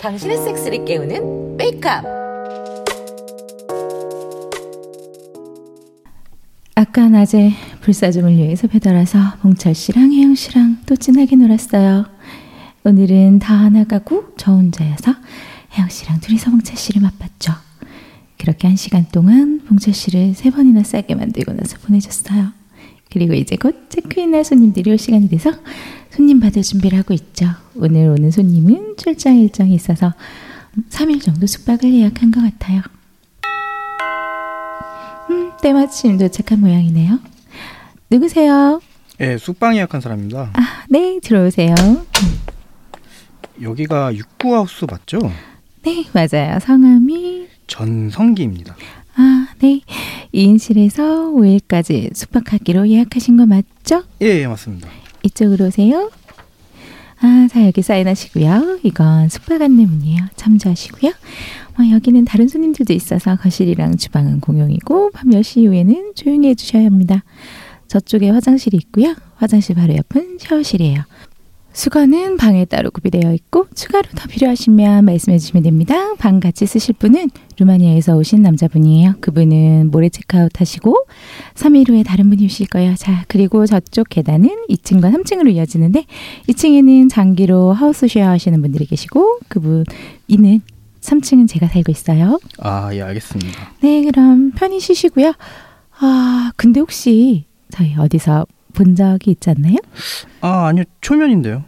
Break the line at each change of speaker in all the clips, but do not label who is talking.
당신의 섹스를 깨우는 메이크업.
아까 낮에 불사조를 위해서 배달해서 봉철 씨랑 혜영 씨랑 또 진하게 놀았어요. 오늘은 다 하나 가고 저 혼자여서 혜영 씨랑 둘이서 봉철 씨를 맛봤죠. 그렇게 한 시간 동안 봉철 씨를 세 번이나 싸게 만들고 나서 보내줬어요. 그리고 이제 곧 체크인할 손님들이 올 시간이 돼서 손님 받을 준비를 하고 있죠. 오늘 오는 손님은 출장 일정이 있어서 3일 정도 숙박을 예약한 것 같아요. 음, 때마침 도착한 모양이네요. 누구세요?
예, 숙방 예약한 사람입니다.
아, 네, 들어오세요.
여기가 육구하우스 맞죠?
네, 맞아요. 성함이
전성기입니다.
아, 네. 2인실에서 5일까지 숙박하기로 예약하신 거 맞죠?
예, 예, 맞습니다.
이쪽으로 오세요. 아, 자, 여기 사인하시고요. 이건 숙박 안내문이에요. 참조하시고요. 어, 여기는 다른 손님들도 있어서 거실이랑 주방은 공용이고 밤 10시 이후에는 조용히 해주셔야 합니다. 저쪽에 화장실이 있고요. 화장실 바로 옆은 샤워실이에요. 수건은 방에 따로 구비되어 있고 추가로 더 필요하시면 말씀해 주시면 됩니다. 방 같이 쓰실 분은 루마니아에서 오신 남자분이에요. 그분은 모레 체크아웃 하시고 3일 후에 다른 분이 오실 거예요. 자, 그리고 저쪽 계단은 2층과 3층으로 이어지는데 2층에는 장기로 하우스 쉐어 하시는 분들이 계시고 그분 이는 3층은 제가 살고 있어요.
아, 예, 알겠습니다.
네, 그럼 편히 쉬시고요. 아, 근데 혹시 저희 어디서 본 적이 있지 않나요?
아, 아니요, 초면인데요.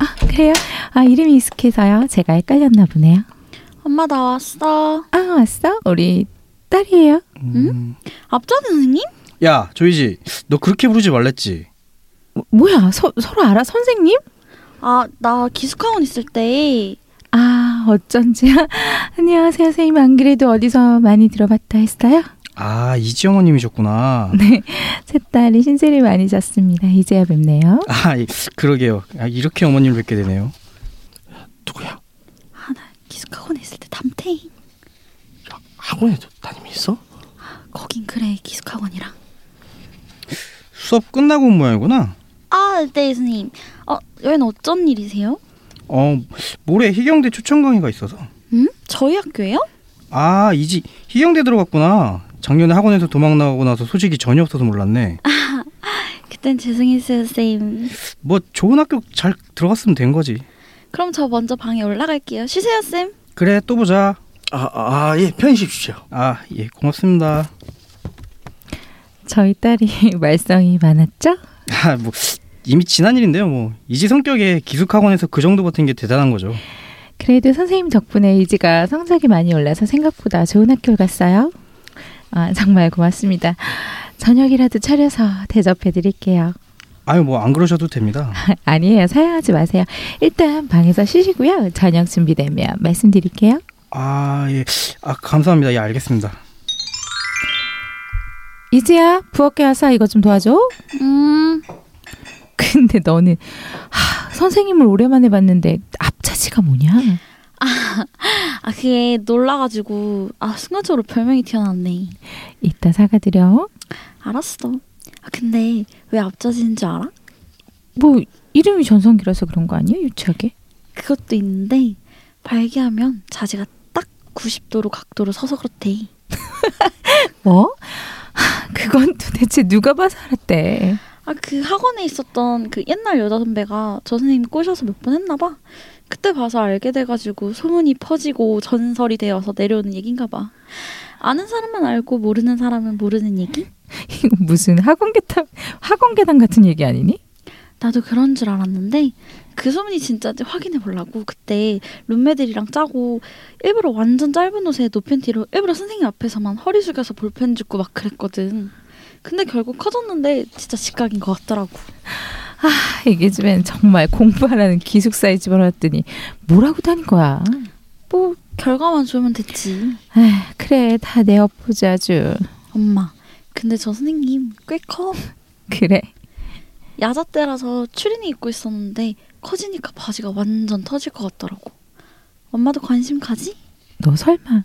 아, 그래요? 아, 이름이 익숙해서요. 제가 헷갈렸나 보네요.
엄마 나 왔어.
아, 왔어? 우리 딸이에요.
음.
앞자기 선생님?
야, 조이지, 너 그렇게 부르지 말랬지.
뭐- 뭐야, 서, 서로 알아? 선생님?
아, 나 기숙학원 있을 때
아, 어쩐지. 안녕하세요, 선생님. 안 그래도 어디서 많이 들어봤다 했어요?
아, 이지어머님이셨구나.
제 딸이 신세를 많이 졌습니다. 이제야 뵙네요.
아, 예, 그러게요. 아, 이렇게 어머님 뵙게 되네요.
누구야?
아, 나 기숙학원에 있을 때 담태인.
아, 학원에도 담임이 있어?
거긴 그래, 기숙학원이랑.
수업 끝나고 온 모양이구나.
아, 네, 선생님. 어, 여긴 어쩐 일이세요?
어, 모레 희경대 초청 강의가 있어서.
음? 저희 학교예요?
아, 이지 희경대 들어갔구나. 작년에 학원에서 도망 나오고 나서 소식이 전혀 없어서 몰랐네.
그땐 죄송했어요, 선생님.
뭐 좋은 학교 잘 들어갔으면 된 거지.
그럼 저 먼저 방에 올라갈게요. 쉬세요, 쌤.
그래 또 보자.
아, 아, 예, 편히 십시오.
아 예 고맙습니다.
저희 딸이 말썽이 많았죠?
아 뭐 이미 지난 일인데요. 뭐 이지 성격에 기숙학원에서 그 정도 버틴 게 대단한 거죠.
그래도 선생님 덕분에 이지가 성적이 많이 올라서 생각보다 좋은 학교를 갔어요. 아, 정말 고맙습니다. 저녁이라도 차려서 대접해 드릴게요.
아유 뭐 안 그러셔도 됩니다.
아니에요. 사양하지 마세요. 일단 방에서 쉬시고요. 저녁 준비되면 말씀드릴게요.
아 예. 아 감사합니다. 예 알겠습니다.
이지야, 부엌에 와서 이거 좀 도와줘.
음,
근데 너는 하, 선생님을 오랜만에 봤는데 앞차지가 뭐냐?
아, 그게 놀라가지고, 아, 순간적으로 별명이 튀어나왔네.
이따 사과드려.
알았어. 아, 근데 왜 앞자지인 줄 알아?
뭐 이름이 전성기라서 그런 거 아니야? 유치하게?
그것도 있는데, 발기하면 자지가 딱 90도로 각도로 서서 그렇대.
뭐? 하, 그건 도대체 누가 봐서 알았대.
아, 그 학원에 있었던 그 옛날 여자 선배가 저 선생님 꼬셔서 몇 번 했나 봐. 그때 봐서 알게 돼가지고 소문이 퍼지고 전설이 되어서 내려오는 얘긴가 봐. 아는 사람만 알고 모르는 사람은 모르는 얘기?
이거 무슨 학원 계단 학원 계단 같은 얘기 아니니?
나도 그런 줄 알았는데 그 소문이 진짜인지 확인해 보려고 그때 룸메들이랑 짜고 일부러 완전 짧은 옷에 노팬티로 일부러 선생님 앞에서만 허리 숙여서 볼펜 줍고 막 그랬거든. 근데 결국 커졌는데 진짜 직각인 것 같더라고.
아, 이게 집엔 정말 공부하라는 기숙사에 집어넣었더니 뭐라고 다닌 거야?
뭐 결과만 좋으면 됐지.
에휴, 그래 다 내 엎보지 아주
엄마. 근데 저 선생님 꽤 커.
그래
야자 때라서 추리닝 입고 있었는데 커지니까 바지가 완전 터질 것 같더라고. 엄마도 관심 가지?
너 설마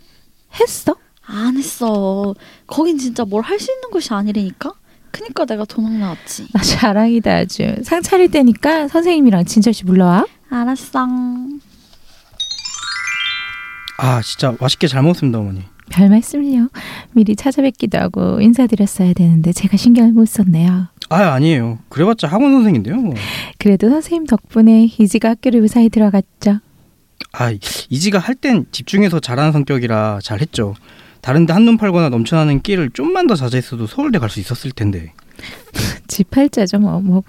했어?
안 했어. 거긴 진짜 뭘 할 수 있는 곳이 아니라니까. 그니까 내가 도망 나왔지.
나 자랑이다 아주. 상 차릴 때니까 선생님이랑 진철씨 불러와.
알았어.
아 진짜 맛있게 잘 먹었습니다 어머니.
별 말씀을요. 미리 찾아뵙기도 하고 인사드렸어야 되는데 제가 신경을 못 썼네요.
아 아니에요. 그래봤자 학원 선생인데요. 뭐.
그래도 선생님 덕분에 이지가 학교를 무사히 들어갔죠.
아 이지가 할 땐 집중해서 잘하는 성격이라 잘했죠. 다른데 한눈 팔거나 넘쳐나는 끼를 좀만 더 자제했어도 서울대 갈 수 있었을 텐데.
지팔자죠 뭐. 뭐.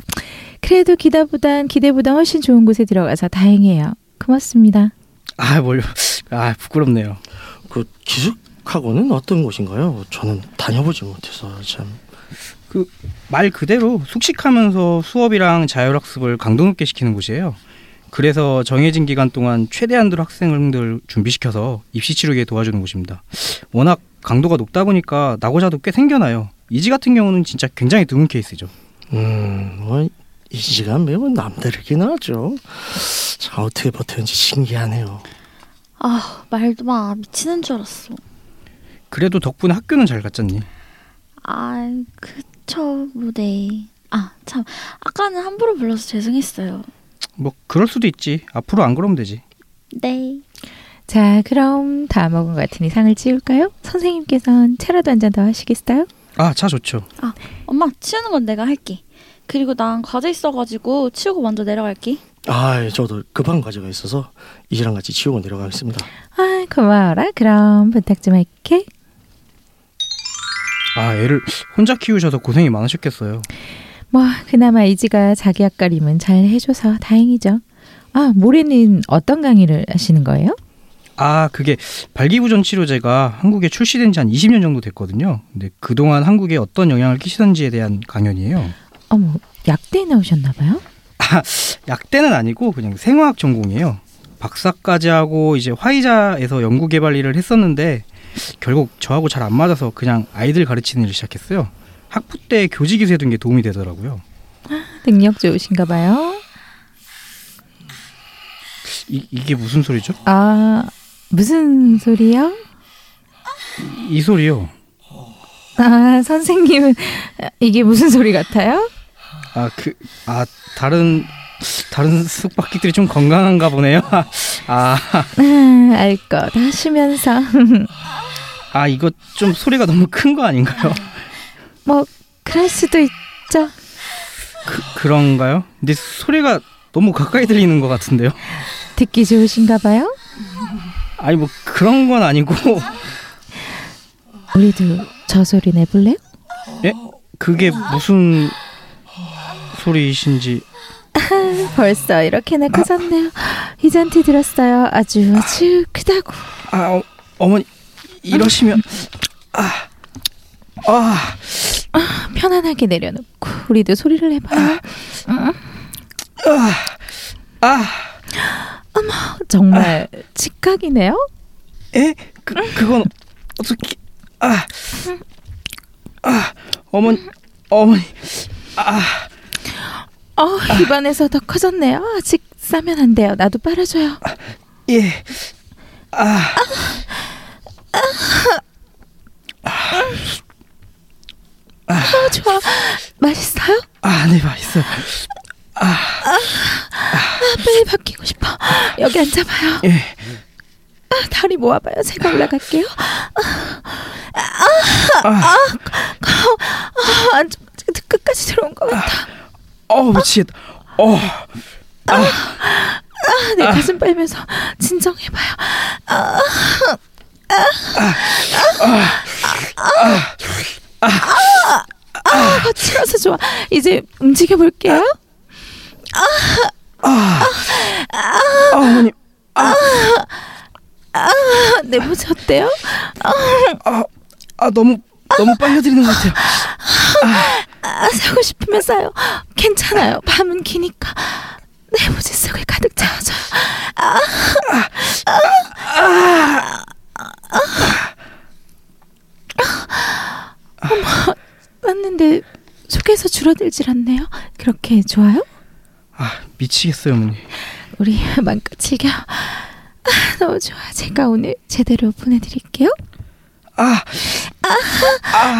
그래도 기다보단 기대보단 훨씬 좋은 곳에 들어가서 다행이에요. 고맙습니다.
아 뭘요? 아 부끄럽네요.
그 기숙학원은 어떤 곳인가요? 저는 다녀보지 못해서 참.
말 그대로 숙식하면서 수업이랑 자율학습을 강도 높게 시키는 곳이에요. 그래서 정해진 기간 동안 최대한으로 학생들 준비시켜서 입시 치료기에 도와주는 곳입니다. 워낙 강도가 높다 보니까 낙오자도 꽤 생겨나요. 이지 같은 경우는 진짜 굉장히 드문 케이스죠.
음, 뭐 이지가 매우 남다르긴 하죠. 자 어떻게 버텼는지 신기하네요.
아 말도 마 미치는 줄 알았어.
그래도 덕분에 학교는 잘 갔잖니.
아 그쵸 뭐 네. 아 참 아까는 함부로 불러서 죄송했어요.
뭐 그럴 수도 있지. 앞으로 안 그러면 되지.
네.
자 그럼 다 먹은 것 같으니 상을 치울까요? 선생님께선 차라도 한 잔 더 하시겠어요?
아 차 좋죠.
엄마 치우는 건 내가 할게. 그리고 난 과제 있어가지고 치우고 먼저 내려갈게.
아, 예, 저도 급한 과제가 있어서 이지랑 같이 치우고 내려가겠습니다.
아 고마워라. 그럼 부탁 좀 할게.
아 애를 혼자 키우셔서 고생이 많으셨겠어요.
뭐 그나마 이지가 자기 앞가림은 잘 해줘서 다행이죠. 아 모레는 어떤 강의를 하시는 거예요?
아, 그게 발기부전 치료제가 한국에 출시된 지 한 20년 정도 됐거든요. 근데 그동안 한국에 어떤 영향을 끼치던지에 대한 강연이에요. 아,
어머 약대에 나오셨나 봐요.
약대는 아니고 그냥 생화학 전공이에요. 박사까지 하고 이제 화이자에서 연구 개발 일을 했었는데 결국 저하고 잘 안 맞아서 그냥 아이들 가르치는 일을 시작했어요. 학부 때 교직이 세둔 게 도움이 되더라고요.
능력 좋으신가 봐요.
이, 이게 무슨 소리죠?
아 무슨 소리요?
이 소리요.
아 선생님은 이게 무슨 소리 같아요?
아, 그, 아, 다른, 다른 숙박객들이 좀 건강한가 보네요. 아.
네, 알 것 하시면서
아 이거 좀 소리가 너무 큰 거 아닌가요?
뭐 그럴 수도 있죠.
그, 그런가요? 근데 소리가 너무 가까이 들리는 것 같은데요.
듣기 좋으신가 봐요.
아니 뭐 그런 건 아니고
우리도 저 소리 내볼래요?
예? 그게 무슨 소리이신지
벌써 이렇게나 커졌네요. 이젠티 들었어요. 아주 아주 크다고.
아 어, 어머니 이러시면 아 아,
편안하게 내려놓고 우리도 소리를 해봐요.
아,
정말 직각이네요.
에? 그, 그건 어떻게, 아, 아, 어머니, 어머니,
어, 입안에서 더 커졌네요. 아직 싸면 안 돼요. 나도 빨아줘요.
예, 아,
아, 좋아. 맛있어요?
아, 네, 맛있어요.
아, 빨리 바뀌고 싶어. 여기 앉아봐요.
예.
아, 다리 모아봐요. 제가 올라갈게요. 아, 아, 아, 아, 아, 안쪽 끝까지 들어온 것 같아.
어, 미치겠다. 어,
아, 내 가슴 빨면서 진정해봐요. 아, 아, 아, 아, 아, 아, 아, 거칠어서 좋아. 이제 움직여 볼게요.
아, 어머니,
아, 내 모습 어때요?
아, 아 너무 너무 빨려드리는 것 같아요.
아, 사고 싶으면 싸요. 괜찮아요. 밤은 기니까 내 모지 속을 가득 채워줘요. 아, 아, 어머, 맞는데 속에서 줄어들질 않네요. 그렇게 좋아요?
아 미치겠어요, 어머니.
우리 마음껏 즐겨. 아, 너무 좋아. 제가 오늘 제대로 보내드릴게요.
아,
아,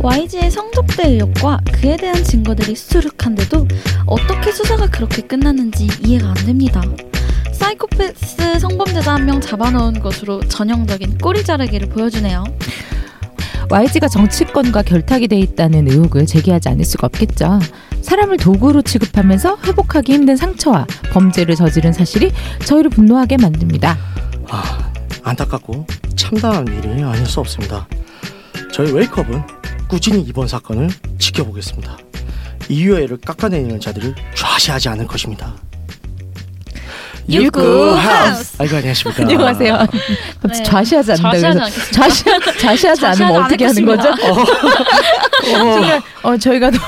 YG의 성적대 의혹과 그에 대한 증거들이 수두룩한데도 어떻게 수사가 그렇게 끝났는지 이해가 안 됩니다. 사이코패스 성범죄자 한 명 잡아놓은 것으로 전형적인 꼬리 자르기를 보여주네요.
YG가 정치권과 결탁이 돼 있다는 의혹을 제기하지 않을 수가 없겠죠. 사람을 도구로 취급하면서 회복하기 힘든 상처와 범죄를 저지른 사실이 저희를 분노하게 만듭니다.
아, 안타깝고 참담한 일이 아닐 수 없습니다. 저희 웨이크업은 꾸준히 이번 사건을 지켜보겠습니다. 이유애를 깎아내리는 자들을 좌시하지 않을 것입니다.
유쿠 하우스.
아이고 안녕하십니까.
안녕하세요. 갑자기
네.
좌시하지 않는다.
좌시하지
그래서
않겠습니다.
좌시 좌시하지 않으면
좌시하지
어떻게 하는 거죠?
않겠습니다.
순간, 어, 저희가 너무,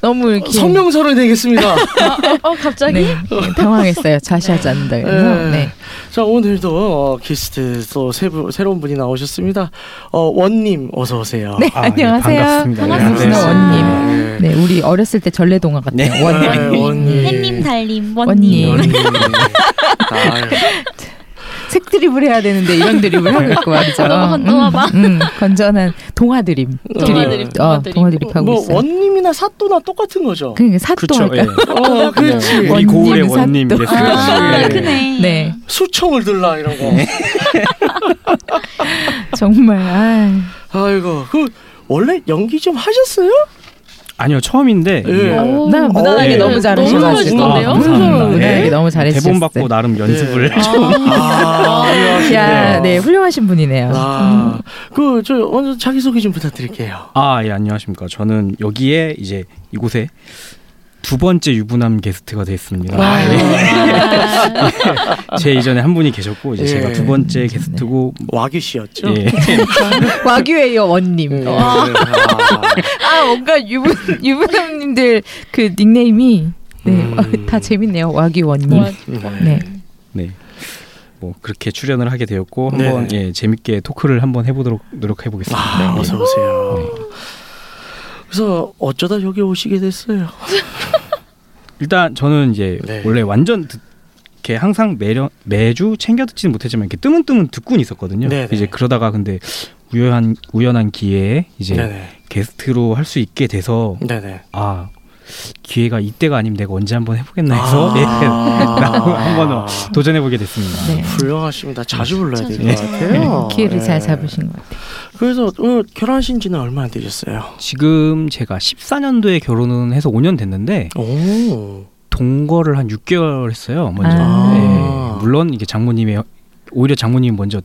너무 이렇게
성명서를 내겠습니다.
어, 어, 갑자기?
네, 당황했어요. 좌시하지 않는다. 그래서
예.
네.
자 오늘도 어, 게스트 또 세부, 새로운 분이 나오셨습니다. 어, 원님 어서 오세요.
네,
아, 예,
안녕하세요.
반갑습니다.
반갑습니다.
네, 안녕하세요.
원님. 네, 우리 어렸을 때 전래동화 같아요.
네.
원.
네, 원님.
햇님 달님,
원님. 네.
원님.
원님. 아유.
색 드립을 해야 되는데 이런 드립을 하고 있고 말이죠.
어, 너무 건조하다.
음, 음, 건전한 동화 드립.
동화
드립.
드립,
어,
동화 드립.
동화 드립 하고
뭐
있어요.
원님이나 사또나 똑같은 거죠.
그러니까 네. 사또
그쵸.
할까?
예.
어, 그렇지.
우리 고을의
원님,
원님
사또.
이랬어요.
아,
예.
그네.
네,
수청을 들라 이런 거.
정말. 아,
아이고 그 원래 연기 좀 하셨어요?
아니요 처음인데
네.
예.
이게
오,
나 무난하게
예.
너무
너무
잘하셔가지고.
잘하시던데요? 네.
아, 감사합니다.
무난하게
예.
음, 네, 너무 잘해주셨어요.
대본 받고 나름 연습을
예. 아, 훌륭하시네요.
네. 야, 네, 훌륭하신 분이네요.
아, 그저 먼저 자기 소개 좀 부탁드릴게요.
아, 예, 안녕하십니까. 저는 여기에 이제 이곳에 두 번째 유부남 게스트가 됐습니다.
아,
예. 제 이전에 한 분이 계셨고 이제
예.
제가 두 번째 게스트고
와규 씨였죠?
예.
와규에요 원님.
예.
어.
아,
아 뭔가 유분 유부남님들 그 닉네임이 네
음.
다 재밌네요. 와규 원님.
와-
네.
네. 뭐 그렇게 출연을 하게 되었고
네.
한번 예, 재밌게 토크를 한번 해 보도록 노력해 보겠습니다. 네.
아, 어서 오세요. 그래서 어쩌다 여기 오시게 됐어요?
일단 저는 이제
네.
원래 완전 듣, 이렇게 항상 매려, 매주 챙겨 듣지는 못했지만 이렇게 뜨문뜨문 듣고는 있었거든요.
네네.
이제 그러다가 근데 우연한 우연한 기회에 이제
네네.
게스트로 할 수 있게 돼서
네네.
아 기회가 이때가 아니면 내가 언제 한번 해보겠나 해서 예,
아.
라고 한번 도전해 보게 됐습니다.
네.
훌륭하십니다. 자주 불러야 될
네.
것 같아요.
기회를
예.
잘 잡으신 것 같아요.
그래서 어, 결혼하신 지는 얼마 안 되셨어요?
지금 제가 14년도에 결혼은 해서 5년 됐는데
오.
동거를 한 6개월 했어요. 먼저
아.
예, 물론 이게 장모님의 오히려 장모님 먼저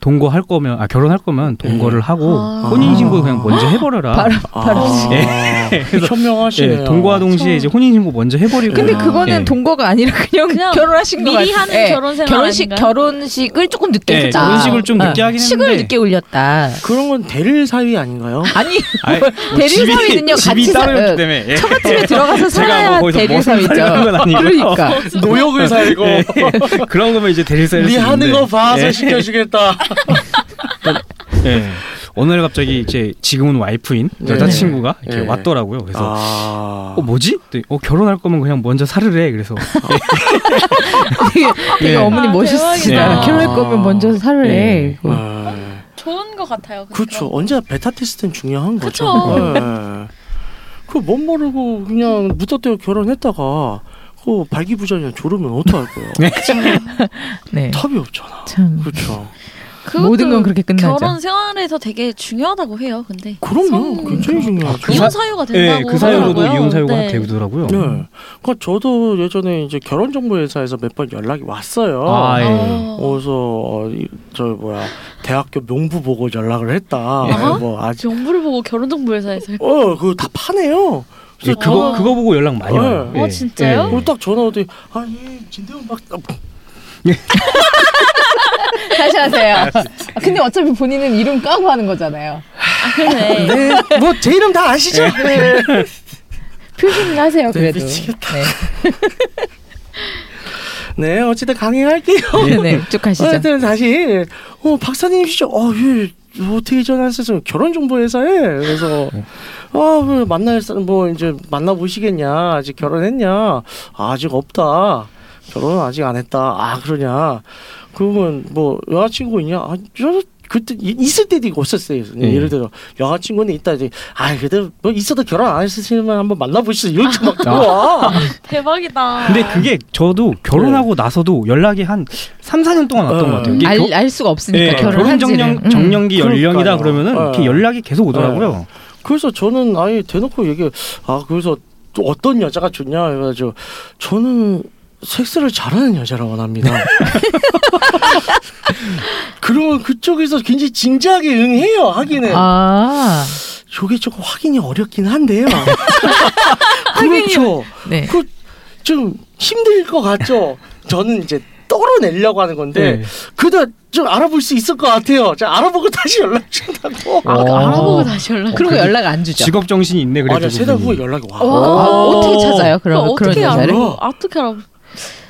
동거할 거면 아 결혼할 거면 동거를
음.
하고
아.
혼인신고 그냥 먼저 해버려라.
예. 바로 바로.
예. 현명하시네요.
예, 동거와 동시에 이제 혼인신고 먼저 해버리고.
근데
아.
그거는
예.
동거가 아니라 그냥,
그냥
결혼하신 거 같아요.
미리 하는 결혼 생활
네. 결혼식
아닌가요?
결혼식을 조금 늦게
예,
했다.
결혼식을 좀 늦게
어,
하긴
식을
했는데.
늦게 올렸다.
그런 건 대릴 사위 아닌가요?
아니
아이, 뭐
대리
집이-
사위는요
집이
같이 사.
따로였기
어,
때문에 예.
처갓집에 들어가서
제가
살아야
뭐 거기서
대리
뭐
사위죠.
살리는 건 아니고요.
그러니까
노역을 살고
예, 예. 그런 거면 이제 대리사일
네
수
하는
있는데.
거 봐서
예.
시켜주겠다.
예. 어느 날 갑자기 이제 지금은 와이프인
네.
여자친구가 이렇게
네.
왔더라고요. 그래서
아.
어 뭐지? 그랬더니, 어 결혼할 거면 그냥 먼저 살으래. 그래서
되게, 되게
예.
어머니
아,
멋있으시다.
대박이다.
결혼할 거면 먼저 살을
예.
해.
음.
아.
좋은 것 같아요.
그렇죠. 언제나 베타 테스트는 중요한 거죠. 예.
그쵸.
그못 모르고 그냥 무턱대고 결혼했다가 그 발기부전이나 졸으면 어떡할 거예요?
네.
답이 없잖아.
참
그렇죠.
그것도
모든 건 그렇게 끝나죠.
결혼 생활에서 되게 중요하다고 해요. 근데
그럼요. 그렇죠.
성-
굉장히 중요하죠.
그 사-
이혼 사유가 된다고
그 사유로도
하더라고요.
이혼 사유가
네.
되더라고요. 예,
네. 그러니까 저도 예전에 이제 결혼정보회사에서 몇 번 연락이 왔어요.
아, 예.
어.
어서 어, 이- 저 뭐야 대학교 명부 보고 연락을 했다.
예.
뭐 아직
정부를 보고 결혼정보회사에서
어 그거 다 파네요.
예, 그거
아.
그거 보고 연락 많이
어. 네.
와요. 예.
어, 진짜요?
그걸 딱 전화 오더니 아이 예, 진대원 박
다시 하세요.
아,
아, 근데 어차피 본인은 이름 까고 하는 거잖아요.
아, 그러네.
네, 뭐 제 이름 다 아시죠?
네,
네.
표시는 하세요. 그래도.
미치겠다.
네.
네, 어쨌든 강행할게요.
예.
네네 쭉 가시죠.
어쨌든 다시 어 박사님이시죠? 어, 예, 어떻게 전화했어요? 결혼 정보 회사에 예. 그래서 어, 그 만날 사람 뭐 이제 만나 보시겠냐? 아직 결혼했냐? 아, 아직 없다. 결혼은 아직 안 했다. 아 그러냐? 그러면 뭐 여자친구 있냐? 아, 저 그때 이- 있을 때도 있고 없었을 때도 있어요.
예.
예를 들어 여자친구는 있다 이제 아 그래도 뭐 있어도 결혼 안 했으시면 한번 만나보시죠 이렇게 막 들어와
대박이다.
근데 그게 저도 결혼하고 나서도 연락이 한 3, 4년 동안 왔던
네. 어.
것 같아요. 이게
알,
겨-
알 수가 없으니까
예, 결혼
결혼한지는. 음.
정령 정령기
음. 그러니까요.
연령이다 그러면은
어.
이렇게 연락이 계속 오더라고요.
그래서 저는 아예 대놓고 얘기해. 아, 그래서 또 어떤 여자가 좋냐? 해가지고 저는 섹스를 잘하는 여자를 원합니다. 그러면 그쪽에서 굉장히 진지하게 응해요, 하기는.
아,
저게 조금 확인이 어렵긴 한데요. 그렇죠.
네.
좀 힘들 것 같죠? 저는 이제 떨어내려고 하는 건데,
네.
그다 좀 알아볼 수 있을 것 같아요. 자, 알아보고 다시 연락 준다고.
아,
어.
알아보고 다시 연락.
그리고 연락 안 주죠.
직업 정신이 있네 그래도.
맞아, 세달
그분이.
후에 연락이 와.
아,
와.
어떻게 찾아요? 그럼
그거
그런
어떻게
여자를?
뭐?
알아? 어떻게 알아?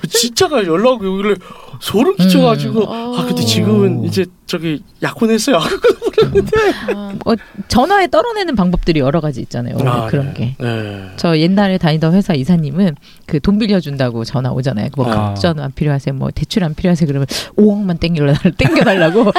진짜가 연락이 오길래 소름 끼쳐가지고
음.
아 근데 지금은
어.
이제 저기 약혼했어요.
아,
어, 전화에 떨어내는 방법들이 여러 가지 있잖아요. 원래
아,
그런 게.
네. 네.
저 옛날에 다니던 회사 이사님은 그 돈 빌려준다고 전화 오잖아요. 뭐
아.
급전 안 필요하세요? 뭐 대출 안 필요하세요? 그러면 5억만 땡겨달라고 땡겨달라고.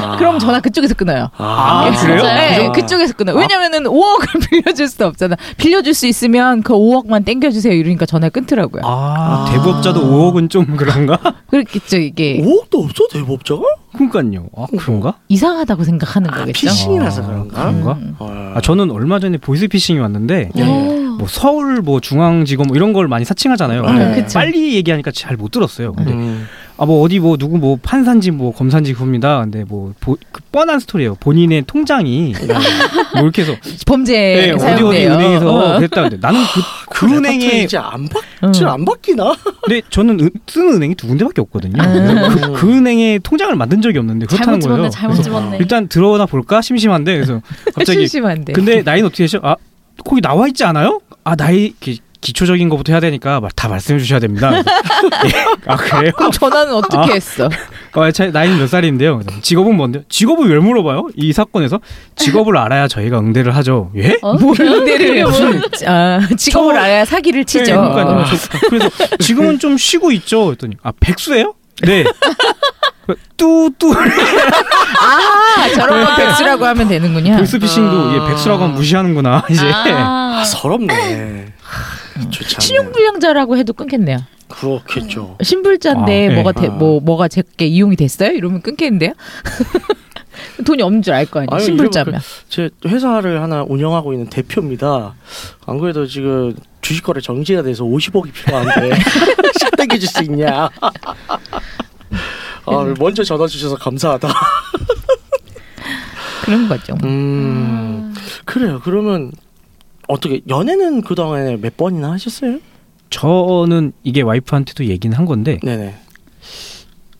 아.
그럼 전화 그쪽에서 끊어요.
아,
아, 그래요?
네,
아.
그쪽에서 끊어. 왜냐면은 5억을 빌려줄 수 없잖아. 빌려줄 수 있으면 그 5억만 땡겨주세요. 이러니까 전화 끊더라고요.
아, 대부업자도 5억은 좀 그런가?
그렇겠죠. 이게
5억도 없어 대법자가?
그러니까요. 아 그런가?
어.
이상하다고 생각하는
아,
거겠죠.
피싱이라서
아,
그런가?
그런가?
음.
아 저는 얼마 전에 보이스피싱이 왔는데
아,
예.
오.
뭐 서울 뭐 중앙지검 뭐 이런 걸 많이 사칭하잖아요. 근데
네.
그쵸.
빨리 얘기하니까 잘 못 들었어요. 근데
음.
아 뭐 어디 뭐 누구 뭐 판사인지 뭐 검사인지 그겁니다. 근데 뭐 보, 그 뻔한 스토리예요. 본인의 통장이 뭐 이렇게 해서
범죄
네, 어디 어디
사용돼요.
은행에서
예, 어.
그랬다 근데 나는 그, 그
그래봤자
은행에
이제 안 받,
음.
지금 안 받기나?
근데 저는 은, 쓰는 은행이 두 군데밖에 없거든요. 그, 그 은행에 통장을 만든 적이 없는데 그렇다는
잘못
거예요.
집었네. 잘못
그래서
집었네.
일단 들어나 볼까 심심한데 그래서 갑자기
아, 심심한데.
근데 나이는 어떻게 되죠? 아 거기 나와 있지 않아요? 아 나이 기, 기초적인 것부터 해야 되니까 막 다 말씀해 주셔야 됩니다. 그래서, 예, 아 그래요?
그럼 전화는 어떻게 했어?
어, 제 나이는 몇 살인데요? 그래서 직업은 뭔데요? 직업을 왜 물어봐요? 이 사건에서 직업을 알아야 저희가 응대를 하죠. 예?
어?
모르는데를 무슨 아, 직업을
저-
알아야 사기를 치죠. 어.
네, 그러니까요. 저- 그래서 지금은 좀 쉬고 있죠. 그랬더니 아 백수예요? 네. 뚜뚜
아, 저런 건 백수라고 하면 되는군요.
보이스피싱도 예, 백수라고 하면 무시하는구나 이제.
아.
아, 서럽네. 좋지 않네.
신용불량자라고 해도 끊겠네요.
그렇겠죠.
신불자인데
아, 네.
뭐가 대,
아.
뭐 뭐가 제게 이용이 됐어요? 이러면 끊겠는데요? 돈이 없는 줄 알 거 아니에요.
아유,
신불자면.
그
제 회사를 하나 운영하고 있는 대표입니다. 안 그래도 지금 주식 거래 정지가 돼서 50억이 필요한데 식대기 줄 수 있냐? 아, 먼저 전화 주셔서 감사하다.
그런 거죠.
음, 그래요. 그러면 어떻게 연애는 그 동안에 몇 번이나 하셨어요?
저는 이게 와이프한테도 얘기는 한 건데,
네네.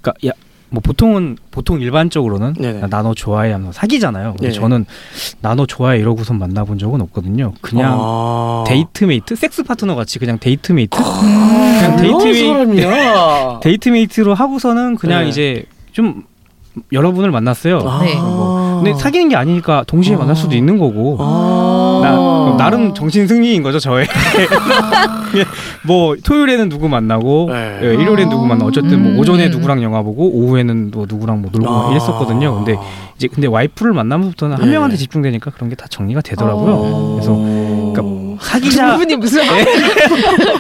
그러니까 야, 뭐 보통은 보통 일반적으로는
네네.
나 나너 좋아해 하면 사귀잖아요. 근데
네네.
저는 나너 좋아해 이러고선 만나본 적은 없거든요. 그냥
아.
데이트 메이트, 섹스 파트너 같이 그냥 데이트 메이트,
아,
그냥 데이트
이런
메이트,
사람이야.
데이트 메이트로 하고서는 그냥
네.
이제 좀 여러분을 만났어요.
네.
아.
근데 사귀는 게 아니니까 동시에
아.
만날 수도 있는 거고.
아.
나, 그럼 나름 정신 승리인 거죠 저의. 예, 뭐 토요일에는 누구 만나고,
네.
예, 일요일에는 누구 만나. 어쨌든
음.
뭐 오전에 누구랑 영화 보고, 오후에는 뭐 누구랑 뭐 놀고
아.
막 이랬었거든요. 근데 이제 근데 와이프를 만나면서부터는 한
네.
명한테 집중되니까 그런 게 다 정리가 되더라고요.
어.
그래서 그러니까 사귀자. 네. 아.
두 분이 무슨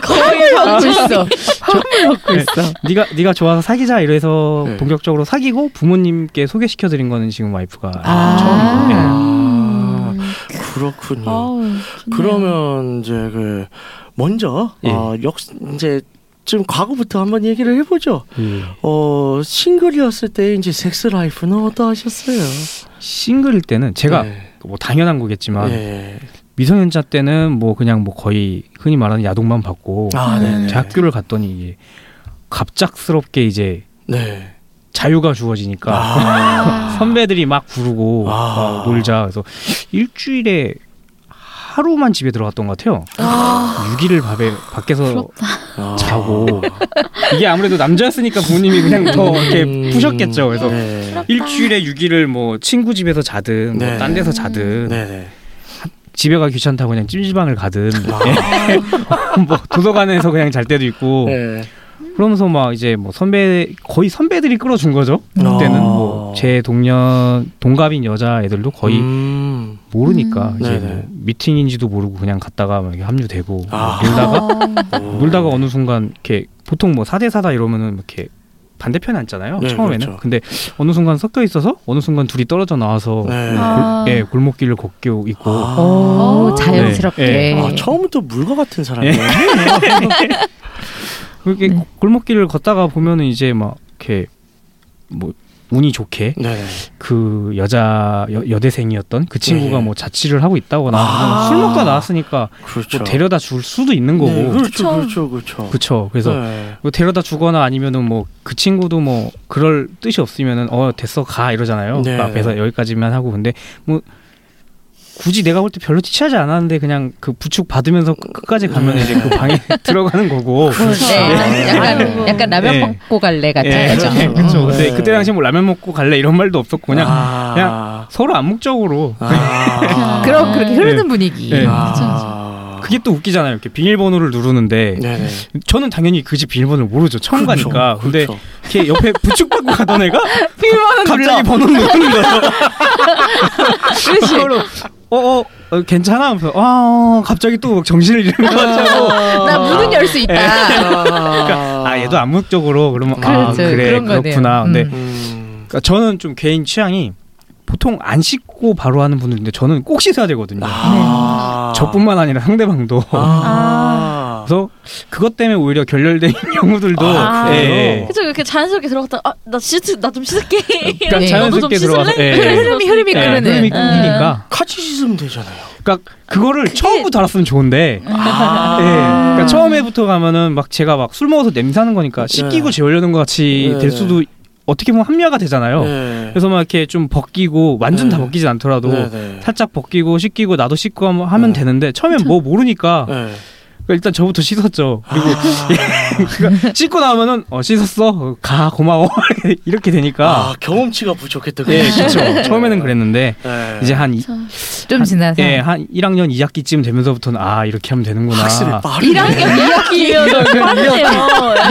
거의 얻고 있어. 정말 얻고
네.
있어.
네가 네가 좋아서 사귀자 이래서
네.
본격적으로 사귀고 부모님께 소개시켜드린 거는 지금 와이프가
아.
처음이에요. 예.
아, 그렇군요.
아우, 좋네요.
그러면 이제 그 먼저
예.
어, 역 이제 좀 과거부터 한번 얘기를 해보죠.
예.
어 싱글이었을 때 이제 섹스 라이프는 어떠하셨어요?
싱글일 때는 제가
예.
뭐 당연한 거겠지만
예.
미성년자 때는 뭐 그냥 뭐 거의 흔히 말하는 야동만 받고
아, 네.
제 학교를 갔더니 이게 갑작스럽게 이제
네.
자유가 주어지니까
아.
선배들이 막 부르고
아.
막 놀자 그래서 일주일에 한 하루만 집에 들어갔던 것 같아요.
와.
6일을 밤에 밖에서
아.
자고. 이게 아무래도 남자였으니까 부모님이 그냥 더 이렇게
음.
부셨겠죠. 그래서
네.
일주일에 6일을 뭐 친구 집에서 자든
네.
뭐 딴 데서 자든
네네.
집에 가 귀찮다고 그냥 찜질방을 가든
아.
뭐 도서관에서 그냥 잘 때도 있고
네.
그러면서 막 이제 뭐 선배 거의 선배들이 끌어준 거죠.
음.
그때는
아.
뭐 제 동년 동갑인 여자 애들도 거의
음.
모르니까
음.
이제
네네.
뭐 미팅인지도 모르고 그냥 갔다가 막 이렇게 합류되고
아.
놀다가
오.
뭐 놀다가 어느 순간 이렇게 보통 뭐 4대 4다 이러면은 이렇게 반대편에 앉잖아요.
네,
처음에는.
그렇죠.
근데 어느 순간 섞여 있어서 어느 순간 둘이 떨어져 어. 나와서
네.
골,
아.
예, 골목길을 걷고 있고
아.
오,
아.
어, 자연스럽게.
네.
아, 처음부터 물과 같은 사람이에요.
예. 그렇게
네.
골목길을 걷다가 보면은 이제 막 이렇게 뭐 운이 좋게
네.
그 여자 여, 대생이었던그 친구가
네.
뭐 자취를 하고 있다거나
아.
아니면 술 먹다 나왔으니까
그렇죠.
뭐 데려다 줄 수도 있는 거고
네,
그쵸.
그렇죠, 그렇죠, 그렇죠.
그쵸 그래서
네.
뭐 데려다 주거나 아니면은 뭐 그 친구도 뭐 그럴 뜻이 없으면은 어 됐어 가 이러잖아요
네.
그 앞에서 여기까지만 하고 근데 뭐 굳이 내가 볼 때 별로 티치하지 않았는데 그냥 그 부축 받으면서 끝- 끝까지 가면
네.
이제 그 방에 들어가는 거고
네.
네.
약간, 약간 라면
네.
먹고 갈래 같은
예,
거죠.
그렇죠.
그렇죠. 근데
네.
그때 당시 뭐 라면 먹고 갈래 이런 말도 없었고 그냥
아.
그냥 서로 암묵적으로
아.
그럼 그렇게 흐르는
네.
분위기.
네.
아.
그게 또 웃기잖아요. 이렇게 비밀번호를 누르는데
네네.
저는 당연히 그 집 비밀번호를 모르죠. 처음
그렇죠,
가니까. 근데
그렇죠.
걔 옆에 부축받고 가던 애가
비밀번호
갑자기 번호 누르는 거야. 그래서 어어 어, 괜찮아 하면서 아 어, 갑자기 또막 정신을 잃은 것 같아고 네.
나 문은 열 수 있다.
아.
아 얘도 암묵적으로 그러면 아
그렇죠.
그래
그런 거네요.
그렇구나. 근데
음.
음.
그러니까 저는 좀 개인 취향이 보통 안 씻고 바로 하는 분들인데 저는 꼭 씻어야 되거든요.
아.
저뿐만 아니라 상대방도.
아.
그래서 그것 때문에 오히려 결렬된 경우들도
아,
예,
그래요?
예.
그쵸 그렇게 자연스럽게 들어갔다. 아나 씻을 나좀 씻을게.
그러니까
이러면서 너도 좀
자연스럽게 들어가서
씻을래?
예, 예.
이러면서
흐름이 흐름이
예,
끄는.
흐름이 끊기니까
같이 씻으면 되잖아요.
그러니까 그거를 처음부터 알았으면 좋은데
아.
예. 그러니까 처음에부터 가면은 막 제가 막 술 먹어서 냄새나는
예.
거니까 씻기고 재우려는 것 같이
네.
될 수도 어떻게 보면 합리화가 되잖아요
네.
그렇죠. 그래서 막 이렇게 좀 벗기고 완전
네.
다 벗기진 않더라도
네네.
살짝 벗기고 씻기고 나도 씻고 하면, 하면
네.
되는데 처음엔 뭐 모르니까
네.
그러니까 일단 저부터 씻었죠 그리고
아.
그러니까 씻고 나오면은 어 씻었어 어, 가 고마워 이렇게 되니까
아, 네. 경험치가 부족했던
예
거죠.
그렇죠 처음에는 그랬는데
네.
이제 한 이-
좀 지나서.
예, 한 1학년 2학기쯤 되면서부터는 아 이렇게 하면 되는구나.
학습이 빠르네.
음.
1학년 2학기예요. 빠르네요.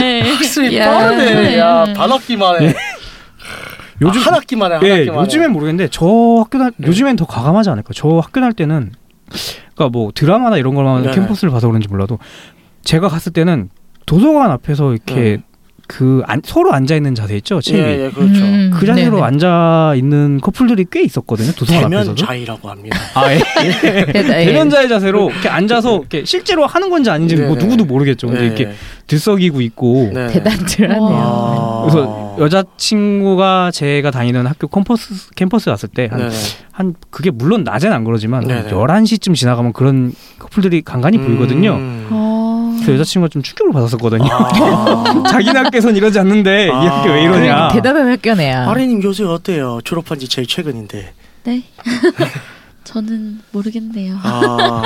네.
학습이
야.
빠르네. 야, 반 학기만에.
네. 요즘
아, 한 학기만에 한
예,
학기만에.
요즘엔 모르겠는데 저 학교 다 요즘엔 더 과감하지 않을까. 저 학교 다닐 때는 그러니까 뭐 드라마나 이런 걸만
네네.
캠퍼스를 봐서 그런지 몰라도 제가 갔을 때는 도서관 앞에서 이렇게 그 안- 서로 앉아 있는 자세 있죠,
네. 예,
책이.
예, 그렇죠.
음,
그 자세로
네네.
앉아 있는 커플들이 꽤 있었거든요. 도서관
대면
앞에서도.
자이라고 합니다.
아, 예.
그래서, 예.
대면자의 자세로 이렇게 앉아서 이렇게 실제로 하는 건지 아닌지 뭐
네. 네네.
누구도 모르겠죠. 근데 이렇게 들썩이고 있고
예, 네.
대단들하네요.
아.
그래서 여자친구가 제가 다니는 학교 캠퍼스 캠퍼스 왔을 때 한
네네.
그게 물론 낮엔 안 그러지만
네네.
11시쯤 지나가면 그런 커플들이 간간히 보이거든요.
음.
어.
그래서 여자친구가 좀 충격을 받았었거든요.
아.
자기는 학교에선 이러지 않는데
아.
이 학교 왜 이러냐.
그러니까
대단한 학교네요.
아래님 요새 어때요? 졸업한 지 제일 최근인데.
네. 저는 모르겠네요.
아.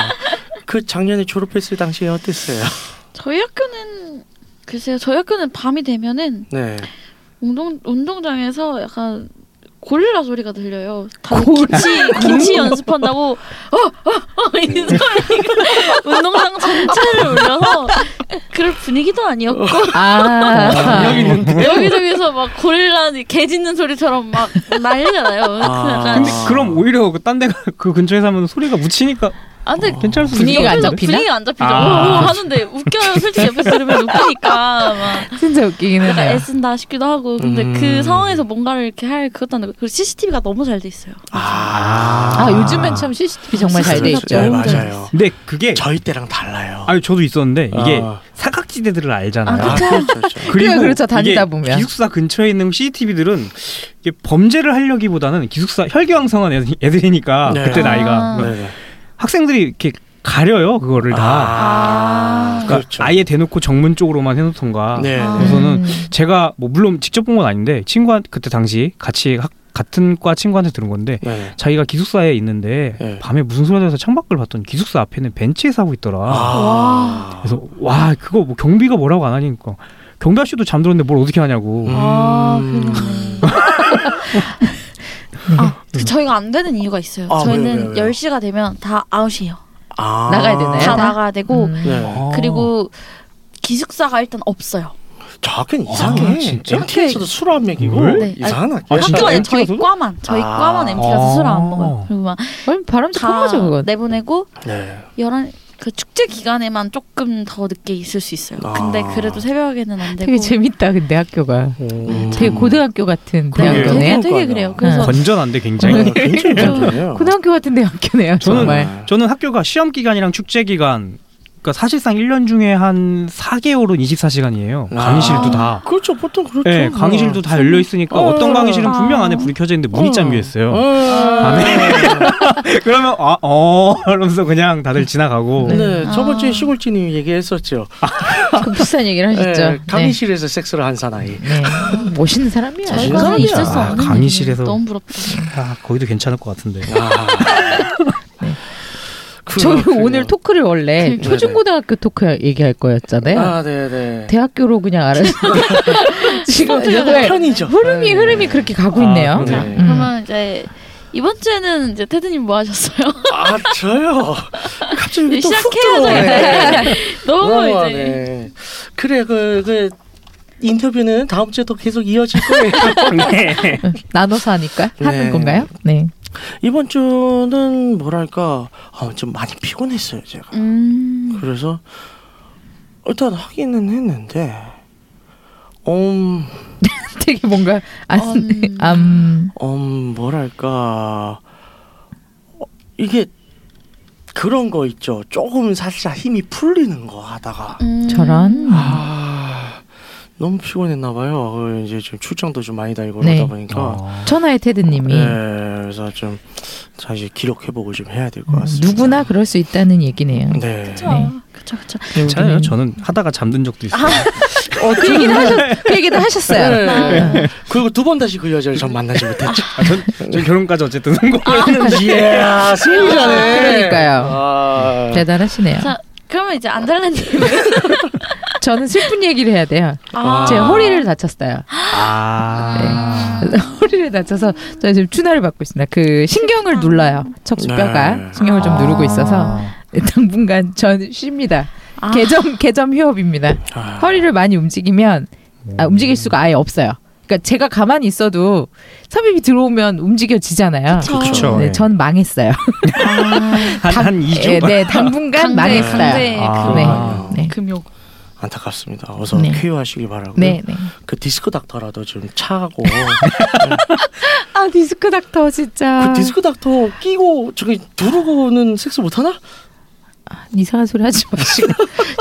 그 작년에 졸업했을 당시에 어땠어요?
저희 학교는 글쎄요. 저희 학교는 밤이 되면은
네.
운동 운동장에서 약간 고릴라 소리가 들려요. 다들 기치 기치 연습한다고 어, 어어어 이 소리가 운동장 전체를 울려서 그럴 분위기도
어.
아니었고
아.
여기저기서 막 고릴라 개 짖는 소리처럼 막 난리잖아요.
아.
약간
근데 그럼 오히려 그딴 데가 그 근처에 사면 소리가 묻히니까
아, 근데
괜찮을 수도
그 분위기가 안
있을 것
잡히나?
분위기가 안 잡히죠.
아.
오, 하는데 웃겨요. 솔직히 옆에서 들으면 웃기니까 막
진짜 웃기긴
약간
하네요.
애쓴다 싶기도 하고 근데
음.
그 상황에서 뭔가를 이렇게 할 그것도 안 되고 그리고 CCTV가 너무 잘 돼 있어요.
아.
아, 요즘엔 참 CCTV 정말 잘 돼 있죠.
네,
너무 잘
맞아요.
근데 그게
저희 때랑 달라요.
예. 아니 저도 있었는데 이게
아.
사각지대들을 알잖아요.
아, 그렇죠, 그렇죠.
그래요, 그렇죠. 다니다 보면.
기숙사 근처에 있는 CCTV들은 이게 범죄를 하려기보다는 기숙사 혈기왕성한 애들- 애들이니까
네.
그때
아.
나이가 그러니까
네네.
학생들이 이렇게 가려요 그거를 다.
아,
그러니까
그렇죠.
아예 대놓고 정문 쪽으로만 해놓던가.
네.
아.
그래서는
음.
제가 뭐 물론 직접 본 건 아닌데 친구한 그때 당시 같이 학, 같은 과 친구한테 들은 건데
네.
자기가 기숙사에 있는데
네.
밤에 무슨 소리가 나서 창밖을 봤더니 기숙사 앞에는 벤치에서 하고 있더라.
아.
그래서 와 그거 뭐 경비가 뭐라고 안 하니까 경비 아저씨도 잠들었는데 뭘 어떻게 하냐고.
음.
아, 그러네. 아, 그 저희가 안 되는 이유가 있어요.
아,
저희는
왜요, 왜요, 왜요?
10시가 되면 다 아웃이에요.
아.
나가야 되나요? 다?
다 나가야 되고
음.
네.
아.
그리고 기숙사가 일단 없어요.
저학교는
아,
이상해.
진짜?
MT에서도 술 안 먹이고
뭘?
네.
이상한 학교.
아, 진짜?
학교는
MT
저희
가서도?
과만 저희
아.
과만 MT라서 술을 안 먹어요.
아.
그리고 막
얼 바람직
다
한거죠 그건.
내보내고
네.
열한 그 축제 기간에만 조금 더 늦게 있을 수 있어요.
아.
근데 그래도 새벽에는 안 되고
되게 재밌다 근데 학교가.
음.
네, 되게 고등학교 같은
그러게요.
네,
대학교네.
되게,
그럴 거
되게
아니야.
그래요. 그래서
건전한데 굉장히.
어, 굉장히 괜찮네요.
고등학교 같은 대학교네요
저는
정말.
저는 학교가 시험 기간이랑 축제 기간 그러니까 사실상 1년 중에 한 4개월은 24시간이에요.
아.
강의실도 다.
그렇죠. 보통 그렇죠.
네, 강의실도 다 열려 있으니까
어.
어, 떤
아.
강의실은 분명 안에 불이 켜져 있는데 문이 잠겨 있어요.
아.
그러면 아, 어, 이러면서 그냥 다들 지나가고
네.
아.
저번 주에 시골지님 얘기했었죠.
그 비슷한 얘기를 하셨죠.
네, 강의실에서 섹스를 한 사나이.
네. 네. 멋있는 사람이야.
멋있는
저희가
사람이야.
있을 수
아,
없는
강의실에서.
일이에요. 너무 부럽다.
아, 거기도 괜찮을 것 같은데.
아.
네. 저희
그렇군요.
오늘 토크를 원래
그-
초중고등학교 토크 얘기할 거였잖아요.
아, 네, 네.
대학교로 그냥 알아서 지금
네.
이거에
편이죠.
흐름이
네.
흐름이 그렇게 가고
아,
있네요.
네.
자,
음.
그러면 이제 이번 주에는 이제 테드님 뭐 하셨어요?
아, 저요. 갑자기 또 훅
시작해야죠.
들어오네.
너무
어,
이제
네. 그래, 그, 그, 인터뷰는 다음 주에도 계속 이어질 거예요.
네.
나눠서 하니까 하는
네.
건가요? 네.
이번 주는 뭐랄까 아, 좀 많이 피곤했어요 제가
음.
그래서 일단 하기는 했는데 음,
되게 뭔가 안,
음.
암,
음 뭐랄까 어, 이게 그런 거 있죠 조금 사실 힘이 풀리는 거 하다가
음.
저런.
아 너무 피곤했나 봐요 어, 이제 좀 출장도 좀 많이 다니고
네.
그러다
어.
보니까
아.
천하의 테드님이
예, 그래서 좀 사실 기록해보고 좀 해야 될 것 같습니다
누구나 그럴 수 있다는 얘기네요.
네
그쵸.
네.
그쵸 그쵸.
괜찮아요. 저는 하다가 잠든 적도 있어요.
그 얘기는 하셨, 그 얘기도 하셨어요.
네. 그리고 두 번 다시 그 여자를 전 만나지 못했죠.
아, 전, 전 결혼까지 어쨌든 성공을 했는데.
이야, 승리자네.
그러니까요.
아.
대단하시네요.
자, 그러면 이제 안달란님.
저는 슬픈 얘기를 해야 돼요.
아.
제 허리를 다쳤어요.
아.
허리를 다쳐서 저 지금 추나를 받고 있습니다. 그 신경을 눌러요. 척추뼈가
네.
신경을 좀 누르고 있어서 당분간 전 쉽니다.
아.
개점 개점 휴업입니다.
아.
허리를 많이 움직이면 아, 움직일 수가 아예 없어요. 그러니까 제가 가만히 있어도 삽입이 들어오면 움직여지잖아요.
그쵸.
그쵸.
네, 전 망했어요.
한, 한 2주?
네, 네, 당분간
강제,
망했어요.
강제
아.
네,
아.
네,
금욕.
안타깝습니다. 어서
네.
쾌유하시기 바라고.
네, 네.
그 디스크 닥터라도 좀 차고.
아 디스크 닥터 진짜
그 디스크 닥터 끼고 저기 두르고는 섹스 못 하나?
이상한 소리 하지 마시고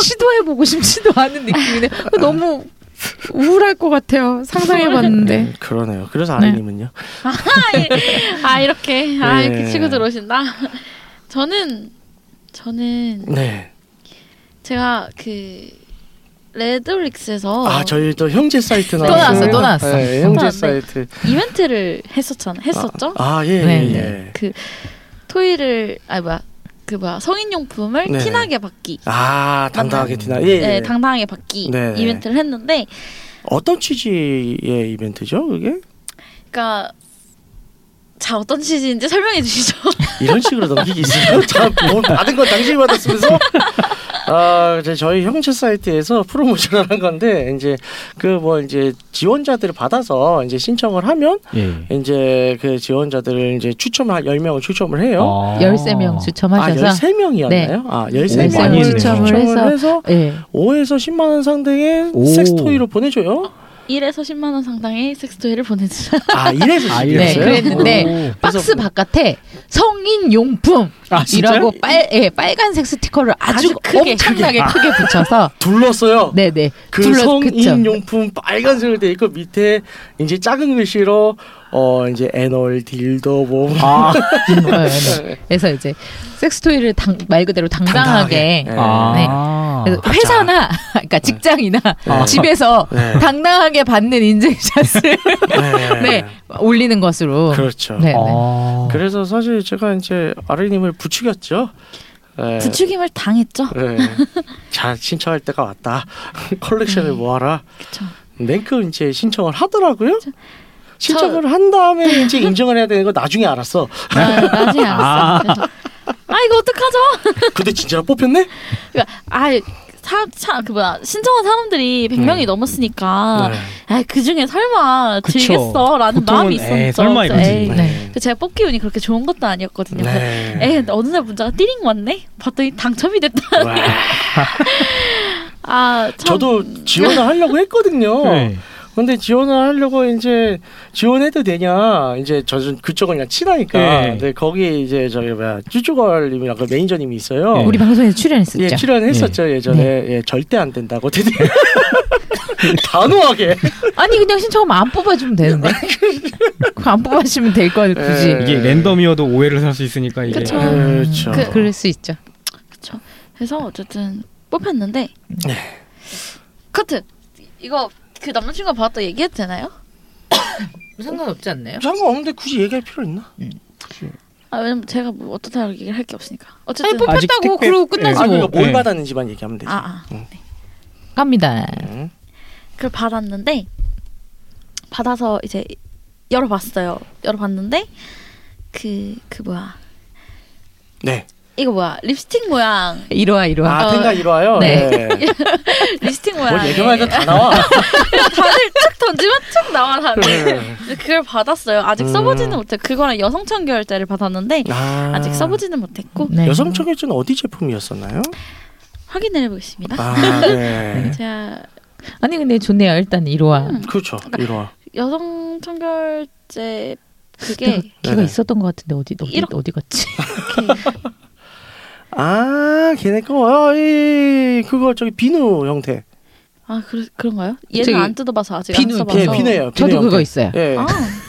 시도해보고 싶지도 않은 느낌이네. 너무 우울할 것 같아요. 상상해봤는데.
음, 그러네요. 그래서 아리님은요.
아, 예. 아 이렇게 아
네.
이렇게 치고 들어오신다. 저는 저는
네.
제가 그 레드릭스에서
아 저희 또 형제 사이트
또
나왔어요.
나왔어,
또 나왔어.
네,
또
형제
나왔네.
사이트.
이벤트를 했었잖아 했었죠. 그
아 예.
네,
예,
네.
예.
토이를 아 뭐야 그 뭐야 성인용품을
네.
티나게 받기.
아 당당하게 티나. 예. 예.
네, 당당하게 받기
네.
이벤트를 했는데,
어떤 취지의 이벤트죠? 그게
그러니까 자 어떤 취지인지 설명해 주시죠.
이런 식으로 넘기기 있어요? 참뭘 받은 건 당신이 받았으면서? 아, 이제 저희 형제 사이트에서 프로모션을 한 건데 이제 그 뭐 이제 지원자들을 받아서 이제 신청을 하면
예.
이제 그 지원자들을 이제 추첨할 10명을 추첨을 해요.
어.
아.
13명
아,
추첨하셔서
13명이었나요?
네.
아,
오, 많이
13명을
했네요.
추첨을 해서,
예.
5에서 10만 원 상당의
오.
섹스 토이로 보내 줘요.
1에서 10만 원 상당의 섹스토이를 보내주세요.
아, 이래서
아,
지금
네,
했어요?
그랬는데
오.
박스 바깥에 성인 용품
아, 진짜요?
이라고 빨 예, 빨간색 스티커를 아주,
아주 크게,
엄청나게 크게 붙여서
둘렀어요.
네, 네.
그
둘러- 그쵸.
성인 용품 빨간색으로 돼 있고 밑에 이제 작은 글씨로 어 이제 애널 딜도 뭐
아,
네. 그래서 이제 섹스 토이를 당, 말 그대로 당당하게,
당당하게.
아.
네. 그래서
각자.
회사나 그러니까 직장이나
네.
집에서
네.
당당하게 받는 인증샷을
네.
네, 올리는 것으로
그렇죠.
네, 네.
아.
그래서 사실 제가 이제 아르님을 부추겼죠. 네.
부추김을 당했죠.
네. 자 신청할 때가 왔다. 컬렉션을
네.
모아라.
그렇죠.
냉큼 이제 신청을 하더라고요. 신청을 한 다음에 이제 인정을 해야 되는 거 나중에 알았어.
네.
아, 나중에 알았어. 그래서, 아 이거 어떡하죠?
근데 진짜 뽑혔네?
그러니까 아 사, 사, 그 뭐야 신청한 사람들이 100명이 넘었으니까
네.
아그 중에 설마
네. 그쵸.
들겠어라는
보통은 에이,
마음이 있었죠.
설마 이거지.
예, 에이.
네.
그 제가 뽑기 운이 그렇게 좋은 것도 아니었거든요. 그래서
네.
에이 어느 날 문자가 띠링 왔네. 봤더니 당첨이 됐다.
와.
아 참.
저도 지원을 하려고 했거든요.
네.
근데 지원을 하려고 이제 지원해도 되냐 이제 저는 그쪽은 그냥 친하니까
네.
근데 거기 이제 저기 뭐야 쭈쭈걸님이랑 그 매니저님이 있어요.
네.
우리 방송에서 출연했었죠.
예, 출연했었죠 예전에 예, 절대 안 된다고 되게 단호하게
아니 그냥 신청하면 안 뽑아주면 되는데.
네.
그거 안 뽑아주면 될 걸 굳이.
예.
이게 랜덤이어도 오해를 살 수 있으니까 이게.
그쵸.
그렇죠.
그, 그럴 수 있죠.
그래서 어쨌든 뽑혔는데.
네.
커트 이거 그 남자친구가 봤다 얘기했잖아요.
상관없지 않나요?
상관없는데 굳이 얘기할 필요 있나?
아 왜냐면 제가 뭐 어떻다 얘기를 할 게 없으니까. 어쨌든
아니
아
아직
뽑혔다고
택배-
그러고
예.
끝나지
아니
뭐.
그러니까 뭘
네.
받았는지만 얘기하면 되지.
아.
갑니다.
음.
그걸 받았는데 받아서 이제 열어봤어요. 열어봤는데 그 그 뭐야
네.
이거 뭐야 립스틱 모양
이로와 이로와.
아
어,
생각 이러요.
네.
립스틱 모양.
뭐 얘기만 해도 다 나와.
다들 툭 던지면 툭 나와 다들.
네.
근데 그걸 받았어요. 아직
음.
써보지는 못해. 그거랑 여성 청결제를 받았는데
아.
아직 써보지는 못했고
네.
여성 청결제는 어디 제품이었었나요?
확인해 보겠습니다.
아, 네.
제가
아니 근데 좋네요. 일단 이로와.
그렇죠. 이러와.
여성 청결제 그게
걔가
네네.
있었던 것 같은데 어디 어디
이렇게.
어디 갔지?
아, 걔네 거, 아, 이, 그거 저기 비누 형태.
아 그, 그런가요? 얘는
저기
안 뜯어봐서 아직
비누,
안 써봐서
예, 비누예요. 비누
저도
형태.
그거 있어요.
예,
아,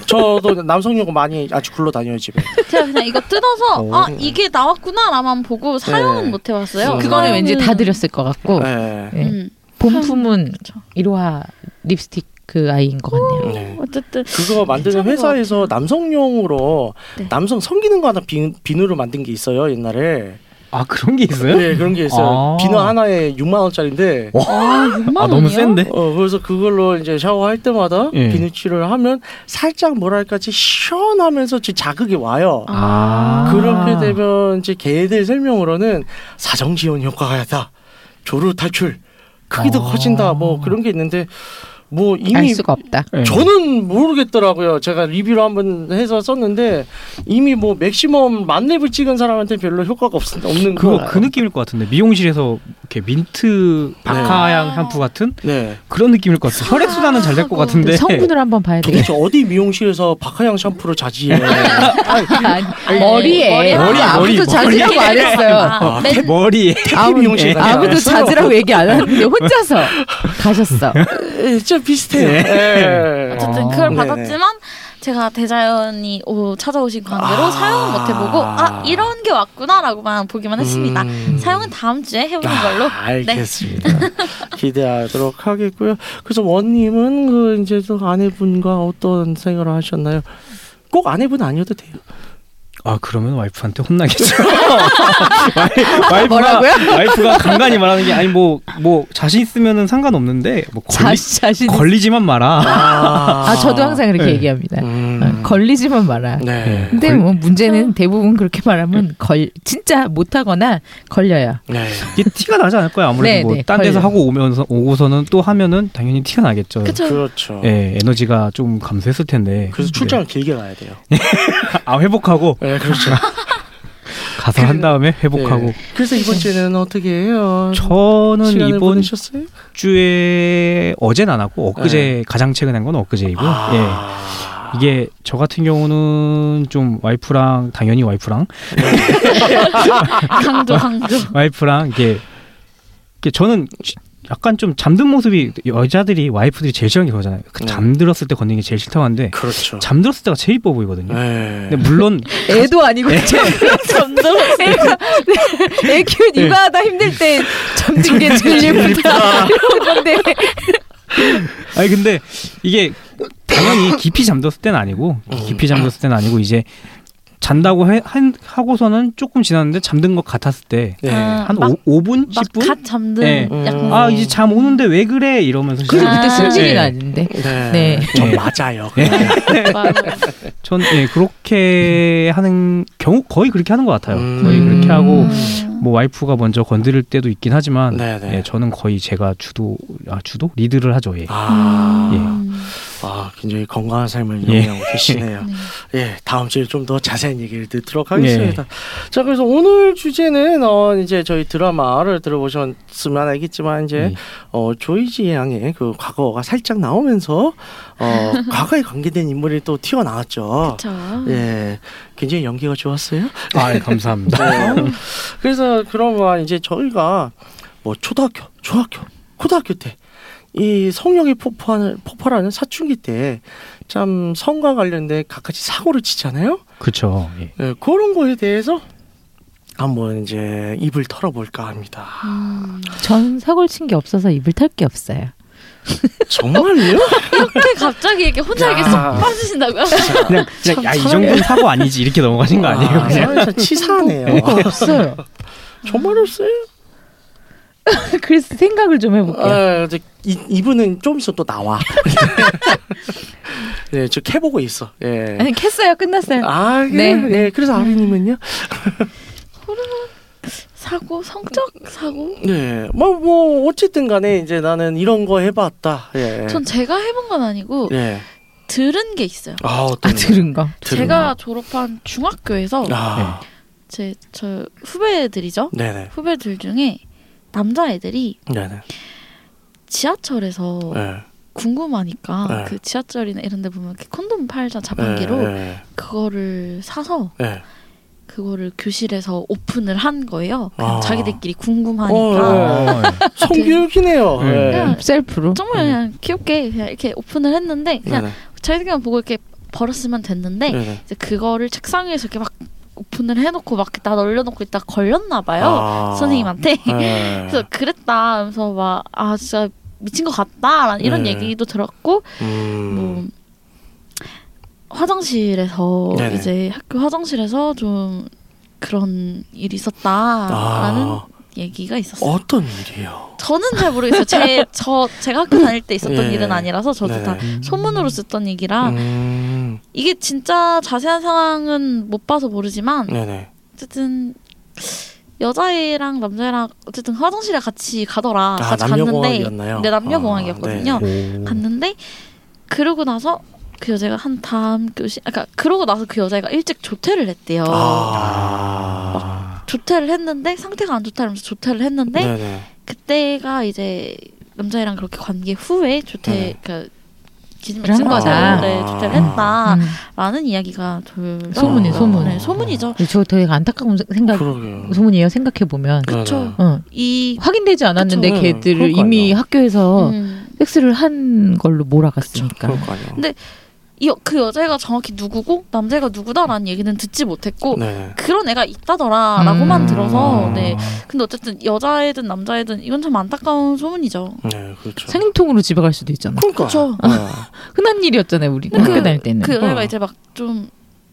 저도 남성용 많이 아주 굴러다녀요 집에.
제가 그냥 이거 뜯어서
오.
아 이게 나왔구나라만 보고 사용은
네.
못 해봤어요.
음.
그거는 왠지 다
사용은-
드렸을 것 같고
예.
네.
음.
본품은
그쵸.
이로와 립스틱 그 아이인 것 같네요.
네.
음. 어쨌든
그거 만드는
괜찮은 것
회사에서 남성용으로
네.
남성 섬기는 거 하나 비, 비누로 만든 게 있어요 옛날에.
아, 그런 게 있어요?
네, 그런 게 있어요.
아.
비누 하나에 6만 원짜리인데.
아 6만
아,
원이요?
너무 센데?
어 그래서 그걸로 이제 샤워할 때마다
예.
비누칠을 하면 살짝 뭐랄까 지 시원하면서 지 자극이 와요.
아.
그렇게 되면 이제 걔들 설명으로는 사정 지원 효과가 있다. 조류 탈출 크기 도
아.
커진다. 뭐 그런 게 있는데 뭐
알
이미
수가 없다.
예.
저는 모르겠더라고요. 제가 리뷰를 한번 해서 썼는데 이미 뭐 맥시멈 만렙을 찍은 사람한테 별로 효과가 없, 없는 거.
그거 그 느낌일 것 같은데 미용실에서 이렇게 민트 박하향
아.
샴푸 같은
네.
그런 느낌일 것 같아요. 혈액 순환은 잘 될 것 같은데. 그
성분을 한번
네.
봐야 되겠다.
도대체 어디 미용실에서 박하향 샴푸를 자지해?
아니, 머리에
머리,
아무도
머리,
자지라고 안 했어요.
아, 맨,
머리에
태피 미용실 가지
아무도
않았어요?
자지라고 얘기 안 하는데 혼자서 가셨어.
예, 좀 비슷해요.
네.
예.
어쨌든
아.
그걸
네네.
받았지만 제가 대자연이 오, 찾아오신 관계로
아.
사용은 못 해보고 아 이런 게 왔구나라고만 보기만 했습니다.
음.
사용은 다음 주에 해보는
아,
걸로.
알겠습니다. 기대하도록 하겠고요. 그래서 원님은 그 이제 또 아내분과 어떤 생활을 하셨나요? 꼭 아내분 아니어도 돼요.
아 그러면 와이프한테 혼나겠죠. 와이- 와이프가
뭐라고요?
와이프가 간간히 말하는 게 아니 뭐 뭐 자신 있으면은 상관없는데 뭐 걸리,
자신 자신. 있-
걸리지만 마라.
아,
아 저도 항상 그렇게
네. 음,
얘기합니다.
음.
어, 걸리지만 마라.
네.
근데 뭐 문제는 대부분 그렇게 말하면 걸 진짜 못하거나 걸려요.
네.
이게 티가 나지 않을 거야 아무래도
네, 네,
뭐딴 데서
걸려요.
하고 오면서 오고서는 또 하면은 당연히 티가 나겠죠.
그쵸?
그렇죠.
예, 네. 에너지가 좀 감소했을 텐데.
그래서 출장을 길게 가야 돼요.
네. 아 회복하고
네, 그렇죠.
가서 한 다음에 회복하고.
네. 그래서 이번 주에는 어떻게 해요?
네.
저는
시간을
이번
보내셨어요?
주에 어제는 안 하고 엊그제 가장 최근한 건 엊그제이고. 예.
네. 아.
이게 저 같은 경우는 좀 와이프랑 당연히 와이프랑
강조 강조.
와이프랑 이게, 이게 저는 지- 약간 좀 잠든 모습이 여자들이 와이프들이 제일 싫어하는 게 그거잖아요. 그
네.
잠들었을 때 걷는 게 제일 싫다고 하는데
그렇죠.
잠들었을 때가 제일 이뻐 보이거든요.
네.
근데 물론
애도 아니고
잠들었어.
애가 네, 애 키운 육아하다 힘들 때 잠든 게 제일 예쁘다 이러는데
아니 근데 이게 당연히 깊이 잠들었을 때는 아니고
음.
깊이 잠들었을 때는 아니고 이제 잔다고 해, 한- 하고서는 조금 지났는데 잠든 것 같았을 때 한
네.
아, 막-
오 5분
막
10분
갓 잠든
네.
음.
약간
아 이제 잠 오는데 왜 그래 이러면서
그래서
시작을
그때
아.
승질이
네.
나는데
네.
네.
전
네.
맞아요.
네.
맞아.
전 예, 그렇게 하는 경우 거의 그렇게 하는 것 같아요.
음.
거의 그렇게 하고
음.
뭐 와이프가 먼저 건드릴 때도 있긴 하지만
네, 네.
예, 저는 거의 제가 주도 아 주도 리드를 하죠. 예.
아,
음.
아, 굉장히 건강한 삶을
예.
영위하고 계시네요.
네. 네.
예, 다음 주에 좀 더 자세한 얘기를 듣도록 하겠습니다. 자, 그래서 오늘 주제는 어, 이제 저희 드라마를 들어보셨으면 알겠지만 이제
네.
예.
어, 조이지 양의 그 과거가 살짝 나오면서 어, 과거에 관계된 인물이 또 튀어나왔죠.
그쵸.
예, 굉장히 연기가 좋았어요.
아 예, 감사합니다.
네. 그래서 그러면 이제 저희가 뭐 초등학교, 중학교, 고등학교 때 이 성령이 폭발하는, 폭발하는 사춘기 때 참 성과 관련된 각가지 사고를 치잖아요.
그렇죠. 예.
예, 그런 거에 대해서 한번 이제 입을 털어볼까 합니다.
음.
전 사골 친게 없어서 입을 털 게 없어요
정말요?
근데 갑자기 이렇게 혼자 이렇게
야.
쏙 빠지신다고요?
그냥, 그냥 야, 이 정도는 사고 아니지 이렇게 넘어가신 거 아니에요?
아,
그냥?
진짜 치사하네요.
없어요
정말 없어요?
그래서 생각을 좀 해볼게요
네.
아, 이제 이, 이분은 좀 있어 또 나와. 네, 저 캐보고 있어. 예.
아니 캤어요 끝났어요
아, 그,
네.
예.
음.
그래서 아비님은요?
사고 성적 사고.
네, 뭐, 뭐, 어쨌든 간에 이제 나는 이런 거 해봤다. 예.
전 제가 해본 건 아니고
예.
들은 게 있어요.
아,
아
어떤
들은 거
들은
제가 졸업한 중학교에서
거. 아,
제 저 후배들이죠.
네네.
후배들 중에 남자애들이
네네.
지하철에서
예.
궁금하니까
네.
그 지하철이나 이런 데 보면 이렇게 콘돔 팔자 자판기로 아, 네.
예.
그거를 사서
예.
그거를 교실에서 오픈을 한 거예요. 그냥
아.
자기들끼리
어,
궁금하니까
예. 성교육이네요.
네.
예.
음.
그냥
셀프로
정말 그냥 귀엽게 그냥 이렇게 오픈을 했는데 그냥
음. 네네.
자기들끼리 보고 이렇게 버렸으면 됐는데
네네.
이제 그거를 책상 위에서 이렇게 막 오픈을 해놓고 막 다 널려놓고 있다 걸렸나 봐요
아.
선생님한테
예.
그래서 그랬다 하면서 막 아 진짜 미친 것 같다 라는 이런
네.
얘기도 들었고 뭐
음.
화장실에서
네네.
이제 학교 화장실에서 좀 그런 일이 있었다라는
아,
얘기가 있었어요.
어떤 일이요?
저는 잘 모르겠어요. 제 저 제가 학교 다닐 때 있었던
예.
일은 아니라서 저도
네네.
다 소문으로 듣던 얘기라
음.
이게 진짜 자세한 상황은 못 봐서 모르지만
네네.
어쨌든 여자애랑 남자애랑 어쨌든 화장실에 같이 가더라.
아,
같이
남녀공학이었나요?
네,
아,
어,
음.
남녀공학이었거든요.
예.
갔는데 그러고 나서 그 여자가 한 다음 교시 그러니까 그러고 나서 그 여자애가 일찍 조퇴를 했대요.
아.
조퇴를 했는데 상태가 안 좋다면서 조퇴를 했는데
네네.
그때가 이제 남자애랑 그렇게 관계 후에 조퇴
네.
그 기준을
한
쓴 거죠.
거다.
네, 조퇴를
아,
했다라는
음.
이야기가 돌
소문이, 소문. 어.
네, 소문이죠.
저 되게 안타까운 생각
그러게요.
소문이에요 생각해 보면
네네.
그러니까 그쵸.
어.
이
확인되지 않았는데
그쵸.
걔들을
그러니까요.
이미 학교에서
음,
섹스를 한 걸로 몰아갔으니까
그럴 거 아니에요.
근데 이 여- 그 여자애가 정확히 누구고 남자애가 누구다라는 얘기는 듣지 못했고
네.
그런 애가 있다더라라고만
음.
들어서 네 근데 어쨌든 여자애든 남자애든 이건 참 안타까운 소문이죠.
네, 그렇죠.
생통으로 집에 갈 수도 있잖아
그러니까.
그쵸.
어.
흔한 일이었잖아요 우리
근데
학교
그-
다닐 때는
그 여자가
어.
이제 막 좀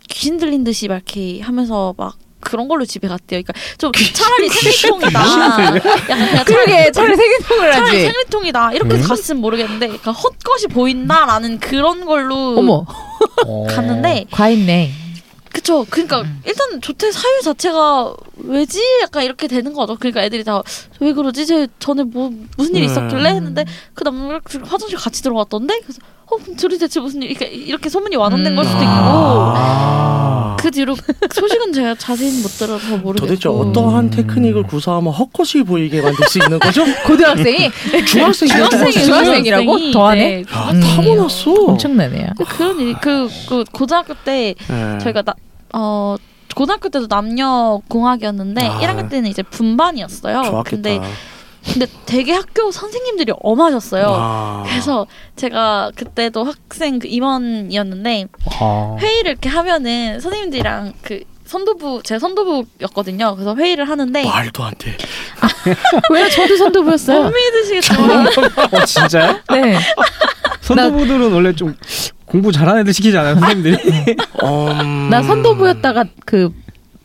귀신 들린 듯이 막 이렇게 하면서 막 그런 걸로 집에 갔대요. 그러니까 좀 차라리 생리통이다. 약간 그냥 차라리
아, 그러게 차라리 생통을
차라리
하지
생리통이다 이렇게
네.
음?
갔으면 모르겠는데 그러니까 헛것이 보인다라는 그런 걸로
어머
갔는데
과했네
그쵸 그러니까
음.
일단 조퇴 사유 자체가 왜지 약간 이렇게 되는 거죠 그러니까 애들이 다 왜 그러지 쟤 전에 뭐 무슨 일이
네.
있었길래 했는데 그 남자랑 둘이 화장실 같이 들어갔던데 그래서 어 그럼 둘이 대체 무슨 일 그러니까 이렇게, 이렇게 소문이 완화된
음.
걸 수도 있고
아.
그 뒤로 소식은 제가 자세히는 못 들어서 모르겠고
도대체
음.
어떠한 테크닉을 구사하면 헛것이 보이게 만들 수 있는 거죠?
고등학생이
중학생
중학생이 중학생이라고
중학생이,
더하네
네.
아,
음.
타고났어.
엄청나네요
그런 일이 그, 그 고등학교 때
네.
저희가 나, 어 고등학교 때도 남녀 공학이었는데
아.
1학년 때는 이제 분반이었어요
좋았겠다.
근데 근데 되게 학교 선생님들이 엄하셨어요.
아.
그래서 제가 그때도 학생 그 임원이었는데
어.
아.
회의를 이렇게 하면은 선생님들이랑 그 선도부 제 선도부였거든요. 그래서 회의를 하는데
말도 안 돼.
왜요? 저도 선도 보였어요.
못 믿으시겠죠?
어 진짜요?
네.
선도부들은 원래 좀 공부 잘하는 애들 시키지 않아요 선생님들이?
음...
나 선도부였다가 그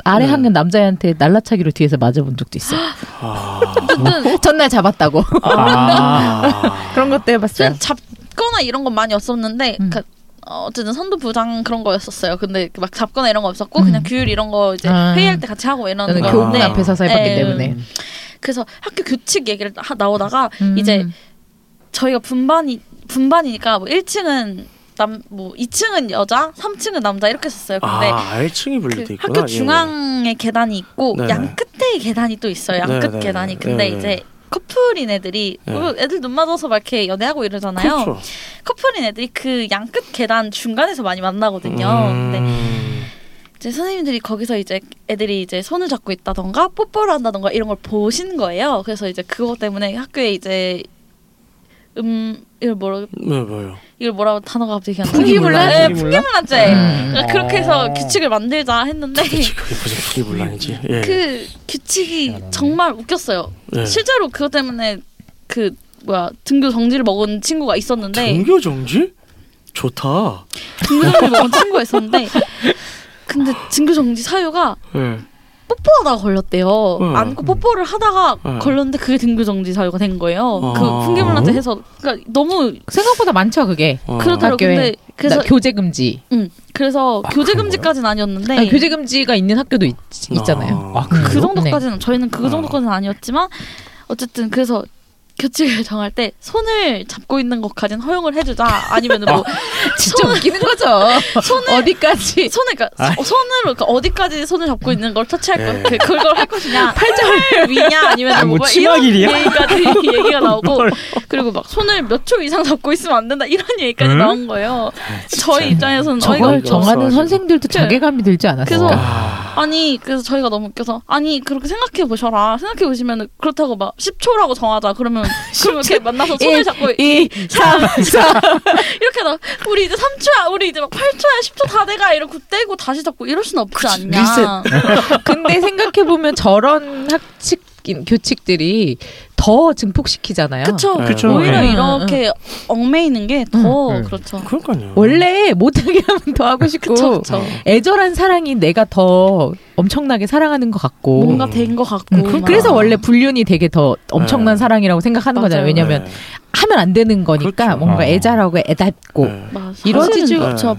아래
네.
학년 남자애한테 날라차기로 뒤에서 맞아본 적도 있어요.
아.
전날 잡았다고.
아.
아.
그런 것도 해봤어요.
저는 잡거나 이런 건 많이 없었는데
음.
그, 어, 어쨌든 선도부장 그런 거였었어요. 근데 그막 잡거나 이런 거 없었고
음.
그냥 교율 이런 거 이제
아.
회의할 때 같이 하고
저는
이러는
아.
교문
건데
앞에 서서 해봤기
네.
때문에.
그래서 학교 규칙 얘기를 하, 나오다가
음.
이제 저희가 분반이 분반이니까 뭐 1층은 남 뭐 2층은 여자, 3층은 남자 이렇게 썼어요. 근데
아, 1층이
그
분리돼 있구나. 예.
학교 중앙에 계단이 있고
네네.
양 끝에 계단이 또 있어요. 양 끝
네네네.
계단이. 근데
네네.
이제 커플인 애들이
네.
뭐 애들 눈 맞아서 막 이렇게 연애하고
예, 예.
이러잖아요.
그렇죠.
커플인 애들이 그 양 끝 계단 중간에서 많이
음.
만나거든요. 근데 이제 선생님들이 거기서 이제 애들이 이제 손을 잡고 있다던가 뽀뽀를 한다던가 이런 걸 보신 거예요. 그래서 이제 그것 때문에 학교에 이제 음 이걸 뭐라
네, 뭐요?
이걸 뭐라고 단어가 갑자기 안 나.
풍기문란?
네,
풍기문란?
풍기문란죄.
음.
그러니까 그렇게 해서 규칙을 만들자 했는데
그게 무슨 분리불안이지? 예.
그 규칙이 정말 웃겼어요.
네.
예.
실제로 그것 때문에 그 뭐야 등교 정지를 먹은 친구가 있었는데
등교 정지? 좋다.
등교 정지 먹은 친구가 있었는데 근데 등교 정지 사유가
예.
뽀뽀하다가 걸렸대요.
응.
안고 뽀뽀를 하다가
응.
걸렸는데 그게 등교 정지 사유가 된 거예요. 그
아.
풍기문란죄 해서 그러니까 너무
생각보다 많죠 그게.
어.
그러더라고
학교에
근데
그래서
그래서
교재 금지.
음, 그래서
아,
교재 금지까지는 아니었는데
아니, 교재 금지가 있는 학교도 있, 잖아요 네.
아,
그
그
네.
정도까지는 저희는 그
아.
정도까지는 아니었지만 어쨌든 그래서 규칙을 정할 때 손을 잡고 있는 것까지는 허용을 해주자 아니면 뭐
진짜 웃기는 거죠. 어디까지
손을 그러니까 소- 손으로 그러니까 어디까지 손을 잡고 있는 걸 터치할
네.
거 그- 그걸 할 것이냐 팔 위냐 아니면
아,
뭐,
뭐
막
치마길이야?
이런 얘기까지 얘기가 나오고 그리고 막 손을 몇 초 이상 잡고 있으면 안 된다 이런 얘기까지
응?
나온 거예요 저희 입장에서는 어이가
저걸
어이가
없죠
정하-
정하는 네.
없어가지고.
선생들도
그래.
자괴감이 들지 않았을까?
그래서 아니 그래서 저희가 너무 웃겨서 아니 그렇게 생각해 보셔라 생각해 보시면 그렇다고 막 10초라고 정하자 그러면 그러면 이렇게 만나서 손을
일,
잡고
2, 3, 4.
이렇게 나 우리 이제 3초야 우리 이제 막 8초야 10초 다 돼가 이러고 떼고 다시 잡고 이럴 순 없지 않냐
근데 생각해 보면 저런 학칙 교칙들이 더 증폭시키잖아요.
그쵸
네,
그쵸. 네.
오히려
네.
이렇게 얽매이는 게 더
응, 응.
그렇죠
그러니까요. 어.
원래 못하게 하면 더 하고 싶고
그쵸 그쵸
네.
애절한 사랑이 내가 더 엄청나게 사랑하는 것 같고
뭔가 된 것 같고
음, 그래서 원래 불륜이 되게 더 엄청난
네.
사랑이라고 생각하는
맞아요.
거잖아요. 왜냐하면
네.
하면 안 되는 거니까
그렇죠.
뭔가
어.
애절하고
뭐.
애답고
네.
이루어지지-
네.
저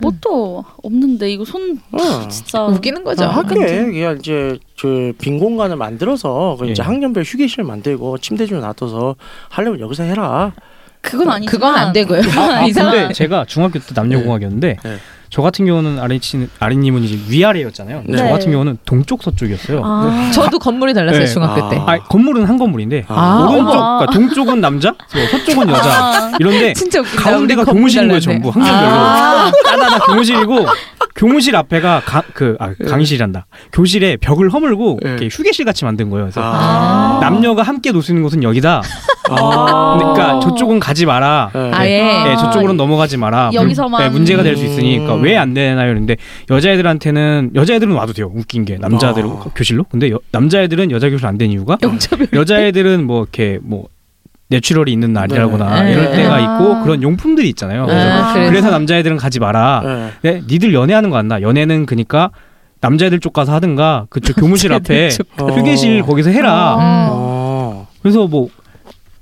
뭣도 없는데 이거 손
어.
아, 진짜 네.
웃기는 거죠.
아, 학교에 그냥 이제 그 빈 공간을 만들어서 그 이제
예.
학년별 휴게실 만들고 침대 좀 놔둬서 하려면 여기서 해라.
그건 아니지만
그건 안 되고요.
아,
이상한
근데 제가 중학교 때 남녀공학이었는데
네. 네.
저 같은 경우는 아린씨, 아린님은 이제 위아래였잖아요.
네.
저 같은 경우는 동쪽 서쪽이었어요. 아.
아,
저도 건물이 달랐어요
네.
중학교
아.
때.
건물은 한 건물인데
아,
오른쪽,
어머.
그러니까 동쪽은 남자, 뭐 서쪽은 여자 이런데
진짜 웃긴다.
가운데가
우리 건물
교무실인 거예요
달랐네.
전부 학년별로
아.
따다다 교무실이고 교무실 앞에가 가, 그 아,
네.
강의실이란다 교실에 벽을 허물고
예.
이렇게 휴게실 같이 만든 거예요. 그래서
아.
남녀가 함께 놀 수 있는 곳은 여기다.
아.
그러니까 저쪽은 가지 마라.
네.
아예
예,
아,
저쪽으로는 넘어가지 마라.
여기서만.
네, 문제가 될 수 있으니까
음.
왜 안 되나요? 그런데 여자애들한테는 여자애들은 와도 돼요. 웃긴 게 남자들은
아.
교실로. 근데 여- 남자애들은 여자 교실 안 된 이유가
아, 영차별.
여자애들은 뭐 이렇게 뭐 내추럴이 있는 날이라거나
네.
이럴
네.
때가
아.
있고 그런 용품들이 있잖아요. 그래서,
아, 그래서?
그래서 남자애들은 가지
아.
마라.
네.
네, 니들 연애하는 거 안 나. 연애는 그니까 남자애들 쪽 가서 하든가 그쪽 교무실 앞에 아. 휴게실 거기서 해라.
아.
음.
어.
그래서 뭐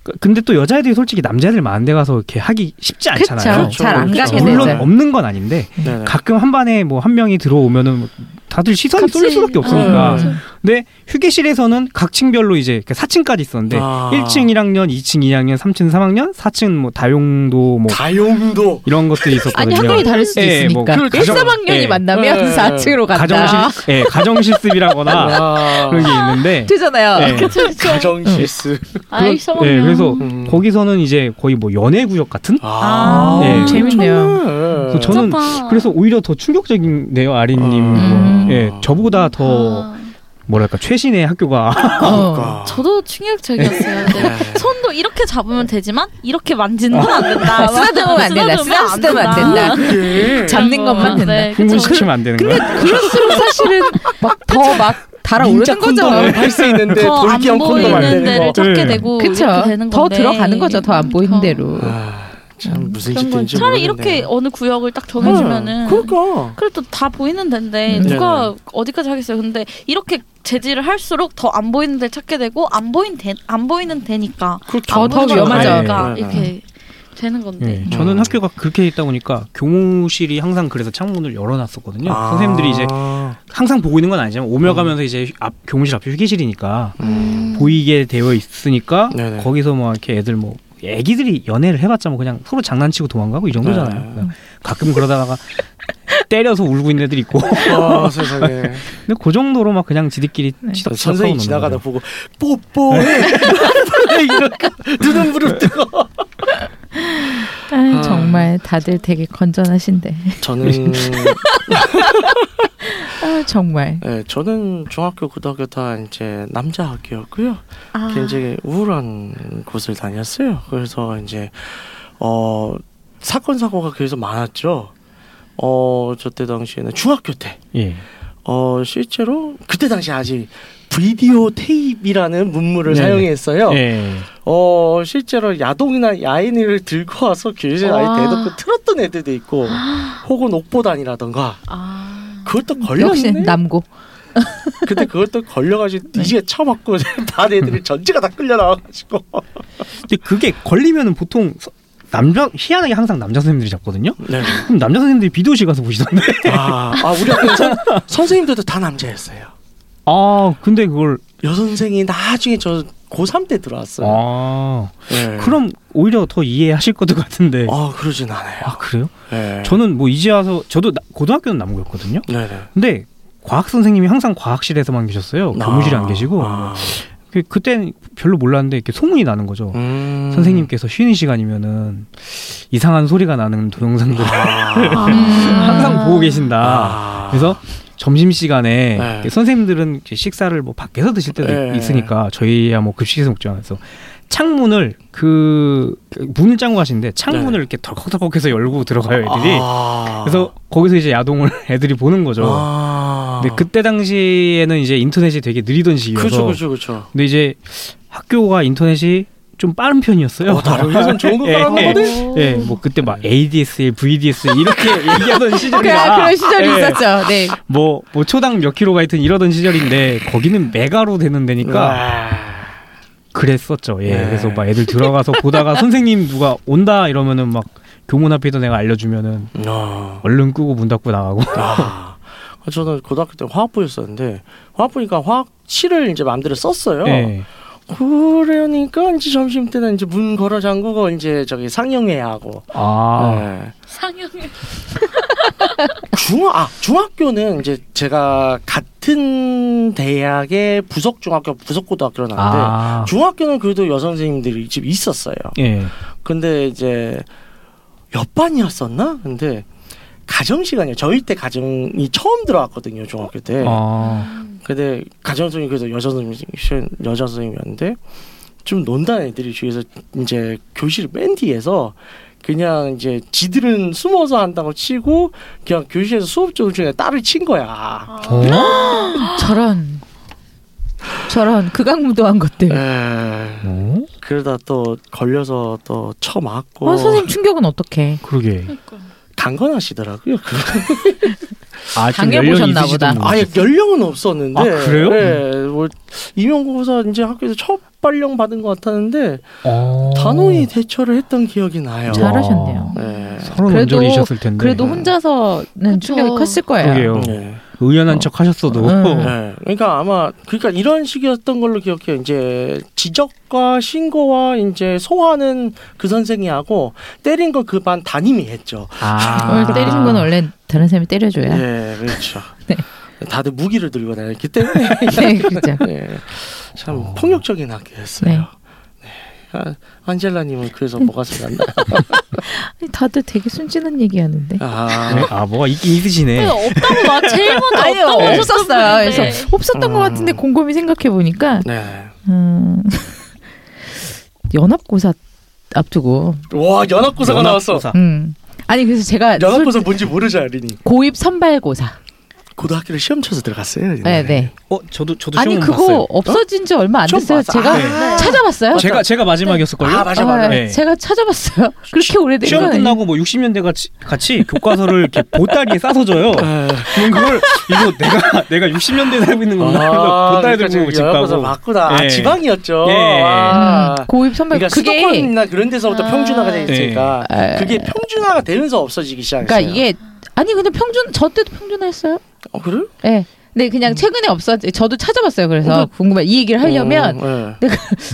그- 근데 또 여자애들이 솔직히 남자애들 많은 데 가서 이렇게 하기 쉽지 않잖아요.
그렇죠. 잘안
그러니까
가게
물론
네.
되죠.
없는 건 아닌데
네네.
가끔 한 반에 뭐 한 명이 들어오면은 뭐 다들 시선이
같이.
쏠릴 수밖에 없으니까.
음.
근데 휴게실에서는 각 층별로 이제 4층까지 있었는데
아.
1층 1학년, 2층 2학년, 3층 3학년, 4층 뭐 다용도 뭐
가용도
이런 것들이
아니
있었거든요.
학년이 다를 수도
예, 뭐
있으니까.
그-
일 1, 3학년이
예.
만나면
예.
4층으로 간다.
가정실 예, 가정실습이라거나
아.
그런 게 있는데
되잖아요. 그렇죠.
예.
가정 실수.
아이
그런-
써먹냐.
예, 그래서
음.
거기서는 이제 거의 뭐 연애 구역 같은
아.
예.
재밌네요.
네.
저- 저는
아.
짜파.
그래서 오히려 더 충격적이네요 아린님
음.
예 저보다 뭐, 더
아.
뭐랄까 최신의
아,
학교가
어.
그러니까.
저도
아.
충격적이었어요. 근데
네.
손도 이렇게 잡으면 되지만 이렇게 만지는 건 안 된다.
쓰다듬으면 안 된다. 쓰다듬으면 안
아,
된다.
그게
잡는 것만 된다.
네, 그쵸.
흥분시키면 안 되는 거야.
그럴수록 사실은 막 더 막 달아오르는 거죠. 네.
할수 있는데
더 안
네, 돌기형 콘돔 안
보이는
되는
데를
거.
찾게
네.
어,
되고
그쵸.
이렇게 되는
더
건데.
들어가는 거죠. 더 안 보이는
어.
대로.
아, 참 무슨
그런
시대인지
차라리
모르겠네.
이렇게 어느 구역을 딱 정해주면은
그러니까.
그래도 다 보이는 데인데
음.
누가 어디까지 하겠어요. 근데 이렇게 재질을 할수록 더 안 보이는 데 찾게 되고 안 보인 데, 안 보이는 데니까
그렇게
아, 더,
안 보이는
더
걸
위험하죠.
아니까
네, 네, 네.
이렇게 되는 건데.
예, 저는
음.
학교가 그렇게 있다 보니까 교무실이 항상 그래서 창문을 열어놨었거든요.
아.
선생님들이 이제 항상 보고 있는 건 아니지만 오며 가면서 이제 앞 교무실 앞이 휴게실이니까
음.
보이게 되어 있으니까
네네.
거기서 막 이렇게 애들 뭐 애기들이 연애를 해봤자 뭐 그냥 서로 장난치고 도망가고 이 정도잖아요.
네.
그냥 가끔 그러다가 때려서 울고 있는 애들 있고
아, 세상에.
근데 그 정도로 막 그냥 지들끼리 치덕치덕
선생님
하고
지나가다
노는
보고 뽀뽀해. 이렇게 눈은 부릅 뜨고.
아, 정말 다들 되게 건전하신데.
저는
네.
아, 정말.
네, 저는 중학교 고등학교 다 이제 남자 학교였고요.
아.
굉장히 우울한 곳을 다녔어요. 그래서 이제 어 사건 사고가 그래서 많았죠. 어 저때 당시에는 중학교 때.
거예요. 예.
어 실제로 그때 당시 아직 비디오 테이프라는 문물을
네네.
사용했어요.
예.
어 실제로 야동이나 야인을 들고 와서 교실 아예
와.
대놓고 틀었던 애들도 있고, 혹은 옥보단이라던가
아.
그것도
역시
걸렸네.
남고.
근데 그것도 걸려가지고 이제 쳐맞고 반 애들이 전체가 다 끌려 나와가지고.
근데 그게 걸리면은 보통 서- 남자 희한하게 항상 남자 선생님들이 잡거든요.
네.
그럼 남자 선생님들이 비디오실 가서 보시던데.
아, 아 우리 학교 선, 선생님들도 다 남자였어요.
아 근데 그걸
여선생이 나중에 저 고3 때 들어왔어요.
아
네.
그럼 네. 오히려 더 이해하실 것 같은데.
아 그러진 않아요.
아 그래요?
네.
저는 뭐 이제 와서 저도 나- 고등학교는 남고였거든요.
네네.
근데 과학 선생님이 항상 과학실에서만 계셨어요. 교무실에 안
아,
계시고
아.
그, 그땐 별로 몰랐는데 이렇게 소문이 나는 거죠.
음.
선생님께서 쉬는 시간이면은 이상한 소리가 나는 동영상들 을
아.
항상 보고 계신다.
아.
그래서 점심 시간에
네.
이렇게 선생님들은 이제 식사를 뭐 밖에서 드실 때도
네.
있으니까 저희야 뭐 급식에서 먹지 않아서 창문을 그 문을 잠고 하시는데 창문을
네.
이렇게 덜컥덜컥해서 열고 들어가요 애들이.
아.
그래서 거기서 이제 야동을 애들이 보는 거죠.
아.
근데 그때 당시에는 이제 인터넷이 되게 느리던 시기여서
그렇죠, 그렇죠, 그렇죠.
근데 이제 학교가 인터넷이 좀 빠른 편이었어요.
어, 다른 회사는 좋은 거
예,
깔아놓은
어.
예.
거네?
예, 뭐 그때 막 ADS에 VDS 이렇게 얘기하던
그래, 아,
시절이라
그런 시절이
예.
있었죠. 네.
뭐, 뭐 초당 몇 킬로가 있든 이러던 시절인데 거기는 메가로 되는 데니까
와.
그랬었죠. 예,
네.
그래서 막 애들 들어가서 보다가 선생님 누가 온다 이러면은 막 교문 앞에 있던 애가 알려주면은
아.
얼른 끄고 문 닫고 나가고
아. 저는 고등학교 때 화학부였었는데 화학부니까 화학칠을 이제 마음대로 썼어요.
예.
그러니까 이제 점심 때는 이제 문 걸어 잠그고 이제 저기 상영회하고
아,
네.
상영회.
중학 아 중학교는 이제 제가 같은 대학의 부속 중학교 부속
네.
고등학교로 나왔는데
아,
중학교는 그래도 여성 선생님들이 집 있었어요.
예,
근데 이제 옆반이었었나? 근데 가정 시간이요. 저희 때 가정이 처음 들어왔거든요 중학교
네.
때.
아,
근데 가정 선생님 그래서 여자 선생님 여자 선생님이었는데 좀 논다는 애들이 뒤에서 이제 교실 맨 뒤에서 그냥 이제 지들은 숨어서 한다고 치고 그냥 교실에서 수업 중에 딸을 친 거야.
아.
어?
저런. 저런 극악무도한 것들.
에
어?
예. 그러다 또 걸려서 또 쳐맞고
어, 선생님 충격은 어떡해.
그러게.
강건하시더라고요.
아, 좀
당해
연령이
보셨나
있으시던
보다.
분.
아예 연령은 없었는데.
아, 그래요?
네, 뭐 임용고사 이제 학교에서 첫 발령 받은 것 같았는데
어.
단호히 대처를 했던 기억이 나요.
잘하셨네요.
네.
서로
그래도-
언저리셨을 텐데.
그래도 혼자서는
그쵸.
충격이 컸을 거예요.
네. 그러게요.
네.
의연한 척 하셨어도.
음.
네, 그러니까 아마 그러니까 이런 식이었던 걸로 기억해요. 이제 지적과 신고와 이제 소화는 그 선생이 하고 때린 거 그 반 담임이 했죠.
아.
오늘 때리는 건 원래 다른 사람이 때려줘야.
예, 그렇죠.
네.
다들 무기를 들고 다녔기 때문에
네, 그죠.
예, 참 폭력적인 학교였어요. 네. 아, 안젤라님은
네.
그래서 뭐가 생각나?
다들 되게 순진한 얘기하는데.
아,
네, 아 뭐가 있긴 있으시네.
그 없다고 나 제일 먼저
아니요,
없다고 하셨던
없었어요.
분인데.
그래서 없었던 것 같은데
음.
곰곰이 생각해 보니까
네.
음, 연합고사 앞두고
와 연합고사가 나왔어.
음. 아니 그래서 제가
연합고사 뭔지 모르죠, 아린이.
고입 선발고사
고등학교를 시험 쳐서 들어갔어요.
네, 네.
어 저도 저도
아니
시험
그거
봤어요.
없어진 지 얼마 안
처음
됐어요.
봤어.
제가
아,
찾아봤어요.
제가 제가 마지막이었을 걸요.
아 맞아 맞아.
네.
제가 찾아봤어요. 그렇게 오래된
시험
건 아니에요.
끝나고 뭐 60년대 같이 같이 교과서를 이렇게 보따리에 싸서 줘요.
아,
그럼 그걸 이거 내가 내가 60년대 살고 있는 건가? 아, 보따리 들고
그러니까 지금
집
연합고사
가고.
맞구나. 아
예.
지방이었죠.
예.
와.
음, 고입 선발
그러니까
그게
수도권이나 그런 데서부터
아.
평준화가 돼 있으니까
예.
그게 평준화가 되면서 없어지기 시작했어요.
그러니까 이게 아니 근데 평준 저 때도 평준화했어요.
어, 그래?
예. 네. 근데 그냥 최근에 없었 저도 찾아봤어요. 그래서 궁금해. 이 얘기를 하려면
어, 예.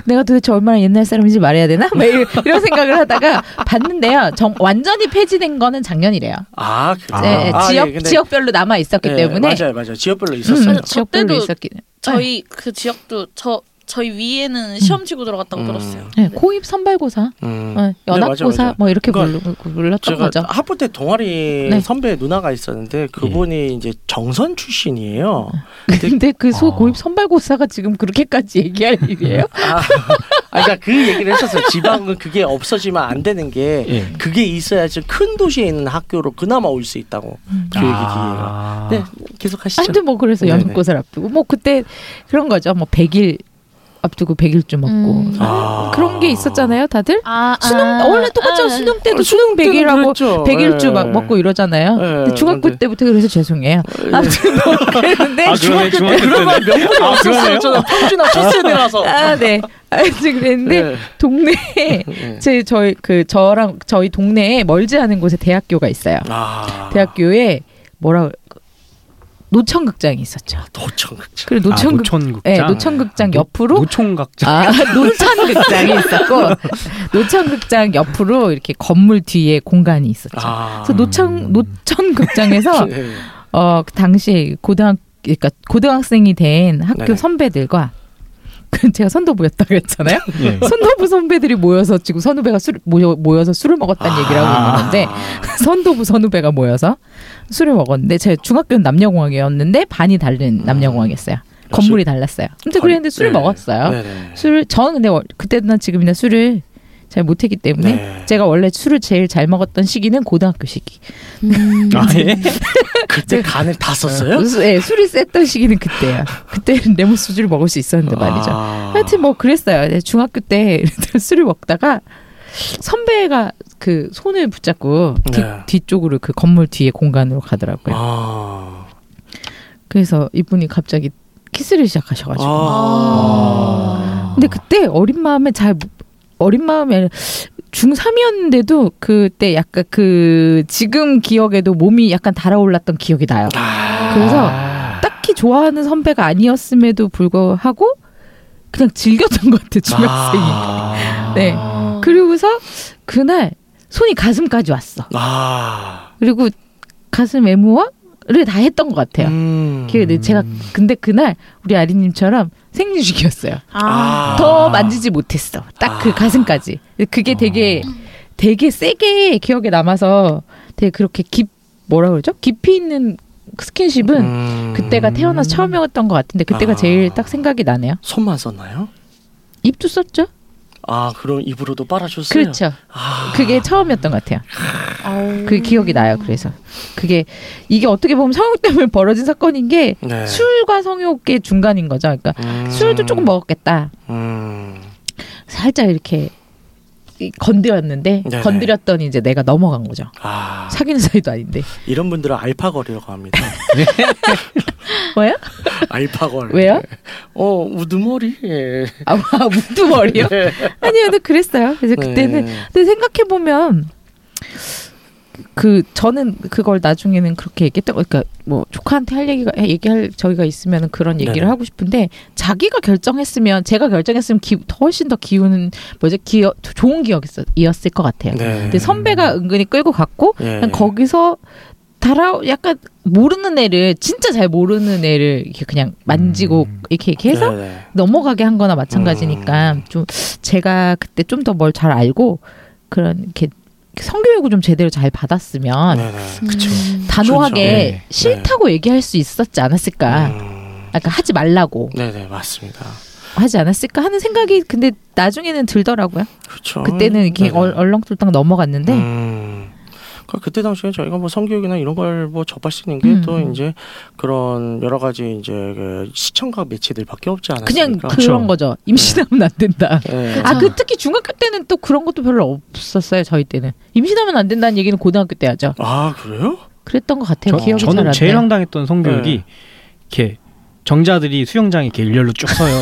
내가 도대체 얼마나 옛날 사람인지 말해야 되나? 막 이런, 이런 생각을 하다가 봤는데요. 정, 완전히 폐지된 거는 작년이래요.
아 그래.
아.
네,
아,
지역
예, 근데-
지역별로 남아 있었기
예,
때문에
맞아요 맞아요 지역별로
음, 지역별로
있었어요.
저때도
있었기 네, 때문에
저희 그 지역도 저 저희 위에는 시험 치고 들어갔다고
음.
들었어요.
네, 고입 선발고사
음.
어, 연합고사
맞아, 맞아.
뭐 이렇게
그러니까
불러- 불렀던
제가
거죠.
학부 때 동아리
네. 예.
선배 누나가 있었는데 그분이 이제 정선 출신이에요.
근데 그
어.
소고입 선발고사가 지금 그렇게까지 얘기할 일이에요?
아, 아, 그러니까 그 얘기를 했었어요. 지방은 그게 없어지면 안 되는 게
예.
그게 있어야지 큰 도시에 있는 학교로 그나마 올 수 있다고 교육의 기회가.
아.
그 네 계속 하시죠.
음. 아무튼 뭐 그래서
네네.
연합고사를 앞두고 뭐 그때 그런 거죠. 뭐 100일 앞두고 100일쯤 먹고
음.
아.
그런 게 있었잖아요, 다들.
아, 네.
수능 원래
아.
똑같죠. 수능 때도
어,
수능
수능 때는
100일하고
그랬죠.
100일주 막
예.
먹고 이러잖아요.
예,
근데 중학교
그런데- 어, 예.
때부터 그래서 죄송해요. 아무튼 뭐 그랬는데
아, 그러네, 중학교 때는.
그런 말 명분이
아,
없었어요.
그러네요.
저는 평준화 실세대라서.
아, 네. 아무튼 그랬는데
네.
동네에
네.
제 저희 그 저랑 저희 동네에 멀지 않은 곳에 대학교가 있어요.
아.
대학교에 뭐라 그- 노천극장이 있었죠.
도청극장.
그리고
아,
노천극
노천극장. 아,
예, 노천극장
노-
옆으로
노총각장.
아, 노천극장이 있었고 노천극장 옆으로 이렇게 건물 뒤에 공간이 있었죠.
아.
그래서 노천
그
노천극장에서
예.
어, 그 당시에 고등학 그러니까 고등학생이 된 학교
네네.
선배들과 그 제가 선도부였다 그랬잖아요.
네.
예.
선도부 선배들이 모여서 지금 선후배가 술 모여, 모여서 술을
아.
먹었다는 얘기를 하고 있는
네.
건데 선도부 선후배가 모여서 술을 먹었는데 제 중학교는 남녀공학이었는데 반이 다른
음.
남녀공학이었어요. 건물이 달랐어요. 근데 그랬는데 술을
아, 네.
먹었어요.
네네.
술을 저는 근데 월- 그때나 지금이나 술을 잘 못했기 때문에
네.
제가 원래 술을 제일 잘 먹었던 시기는 고등학교 시기.
아, 예?
네.
그때 간을 다 썼어요?
수- 예, 술이 셌던 시기는 그때야. 그때 레몬 소주를 먹을 수 있었는데 말이죠.
아.
하여튼 뭐 그랬어요. 네, 중학교 때 술을 먹다가 선배가 그 손을 붙잡고 뒤,
네.
뒤쪽으로 그 건물 뒤에 공간으로 가더라고요.
아.
그래서 이분이 갑자기 키스를 시작하셔가지고.
아.
근데 그때 어린 마음에 잘 못- 어린 마음에 중삼이었는데도 그때 약간 그 지금 기억에도 몸이 약간 달아올랐던 기억이 나요. 그래서 딱히 좋아하는 선배가 아니었음에도 불구하고 그냥 즐겼던 것 같아 중학생이.
아.
네. 그리고서 그날 손이 가슴까지 왔어.
아.
그리고 가슴 아 애무와를 다 했던 것 같아요.
음.
그게 내- 제가 근데 그날 우리 아리님처럼 생리주기였어요.
아.
더 만지지 못했어. 딱 그
아. 어.
가슴까지. 그게 되게 되게 세게 기억에 남아서 되게 그렇게 깊 뭐라 그러죠? 깊이 있는 스킨십은
음.
그때가 태어나서 처음이었던 것 같은데 그때가
아.
제일 딱 생각이 나네요.
손만 썼나요?
입도 썼죠?
아, 그럼 입으로도 빨아줬어요.
그렇죠.
아.
그게 처음이었던 것 같아요. 그 기억이 나요. 그래서 그게 이게 어떻게 보면 성욕 때문에 벌어진 사건인 게
네.
술과 성욕의 중간인 거죠. 그러니까
음.
술도 조금 먹었겠다.
음.
살짝 이렇게 이- 건드렸는데
네네.
건드렸더니 이제 내가 넘어간 거죠.
아.
사귀는 사이도 아닌데.
이런 분들은 알파걸이라고 합니다.
뭐야?
알파걸.
왜요?
어, 우두머리. 네. 예.
아, 와, 우두머리요? 아니요, 근데 그랬어요. 그래서 그때는
네.
근데 생각해 보면 그 저는 그걸 나중에는 그렇게 얘기했던 거 그러니까 뭐 조카한테 할 얘기가 얘기할 저희가 있으면 그런 얘기를
네네.
하고 싶은데 자기가 결정했으면 제가 결정했으면 기, 더 훨씬 더 기운 뭐지 기억 좋은 기억이었을 것 같아요.
네.
근데 선배가 은근히 끌고 갔고
예.
그냥 거기서 달아 약간 모르는 애를 진짜 잘 모르는 애를 이렇게 그냥 만지고
음.
이렇게 이렇게 해서
네네.
넘어가게 한 거나 마찬가지니까 좀 제가 그때 좀 더 뭘 잘 알고 그런 이렇게 성교육을 좀 제대로 잘 받았으면
네네.
그쵸.
단호하게
그렇죠. 네.
싫다고 얘기할 수 있었지 않았을까
음,
아까 하지 말라고
네네 맞습니다.
하지 않았을까 하는 생각이 근데 나중에는 들더라고요
그렇죠.
그때는 이렇게
네네.
얼, 네. 얼렁뚱땅 넘어갔는데
음. 그러니까 그때 당시에 저희가 뭐 성교육이나 이런 걸 뭐 접할 수 있는 게 또
음.
이제 그런 여러 가지 이제 그 시청각 매체들밖에 없지
그냥
않았습니까?
그런 거죠 임신하면 안 된다
예.
아
음.
그 특히 중학교 때는 또 그런 것도 별로 없었어요 저희 때는 임신하면 안 된다는 얘기는 고등학교 때 하죠
아 그래요?
그랬던 것 같아요
저-
네, 기억이
저는
잘안
제일
나요
황당했던 성교육이
네.
이렇게 정자들이 수영장에 이렇게 일렬로 쭉 서요.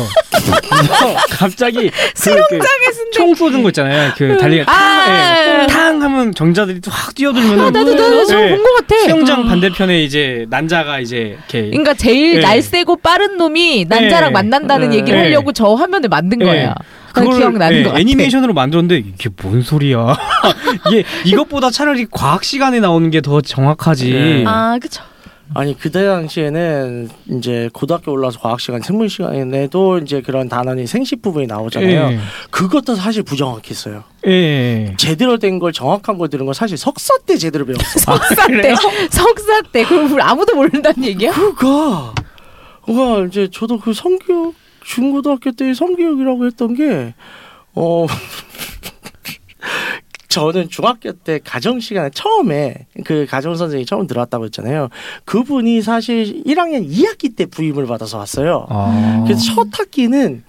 그래서 갑자기 그총 쏘는 거 있잖아요. 그 달리기
아,
탕, 예. 탕 하면 정자들이 확 뛰어들면
아 나도 나도 저거
네.
예.
본것 같아 음.
수영장 반대편에 이제 난자가 이제 이렇게
그러니까 제일
예.
네.
날쌔고 빠른 놈이 난자랑
예.
만난다는
예.
얘기를
예.
하려고 저 화면을 만든
네.
예.
거예요 그건
그걸,
기억나는
예,
것 같아
애니메이션으로 만들었는데 이게 뭔 소리야? 이게 이것보다 차라리 과학 시간에 나오는 게 더 정확하지.
네.
예.
아 그쵸.
아니 그때 당시에는 이제 고등학교 올라서 과학 시간, 생물 시간에도 이제 그런 단원이 생식 부분이
예.
나오잖아요. 그것도 사실 부정확했어요.
예. 예.
제대로 된 걸 정확한 걸 들은 건 사실 석사 때 제대로 배웠어.
석사 때 네. 석사 때 그럼 우리 아무도 모른다는 얘기야?
그가 그러니까. 그가 이제 저도 그 성교육 중고등학교 때 성교육이라고 했던 게 어. 저는 중학교 때 가정 시간에 처음에 그 가정 선생님이 처음 들어왔다고 했잖아요. 그분이 사실 1학년 2학기 때 부임을 받아서 왔어요.
아.
그래서 첫 학기는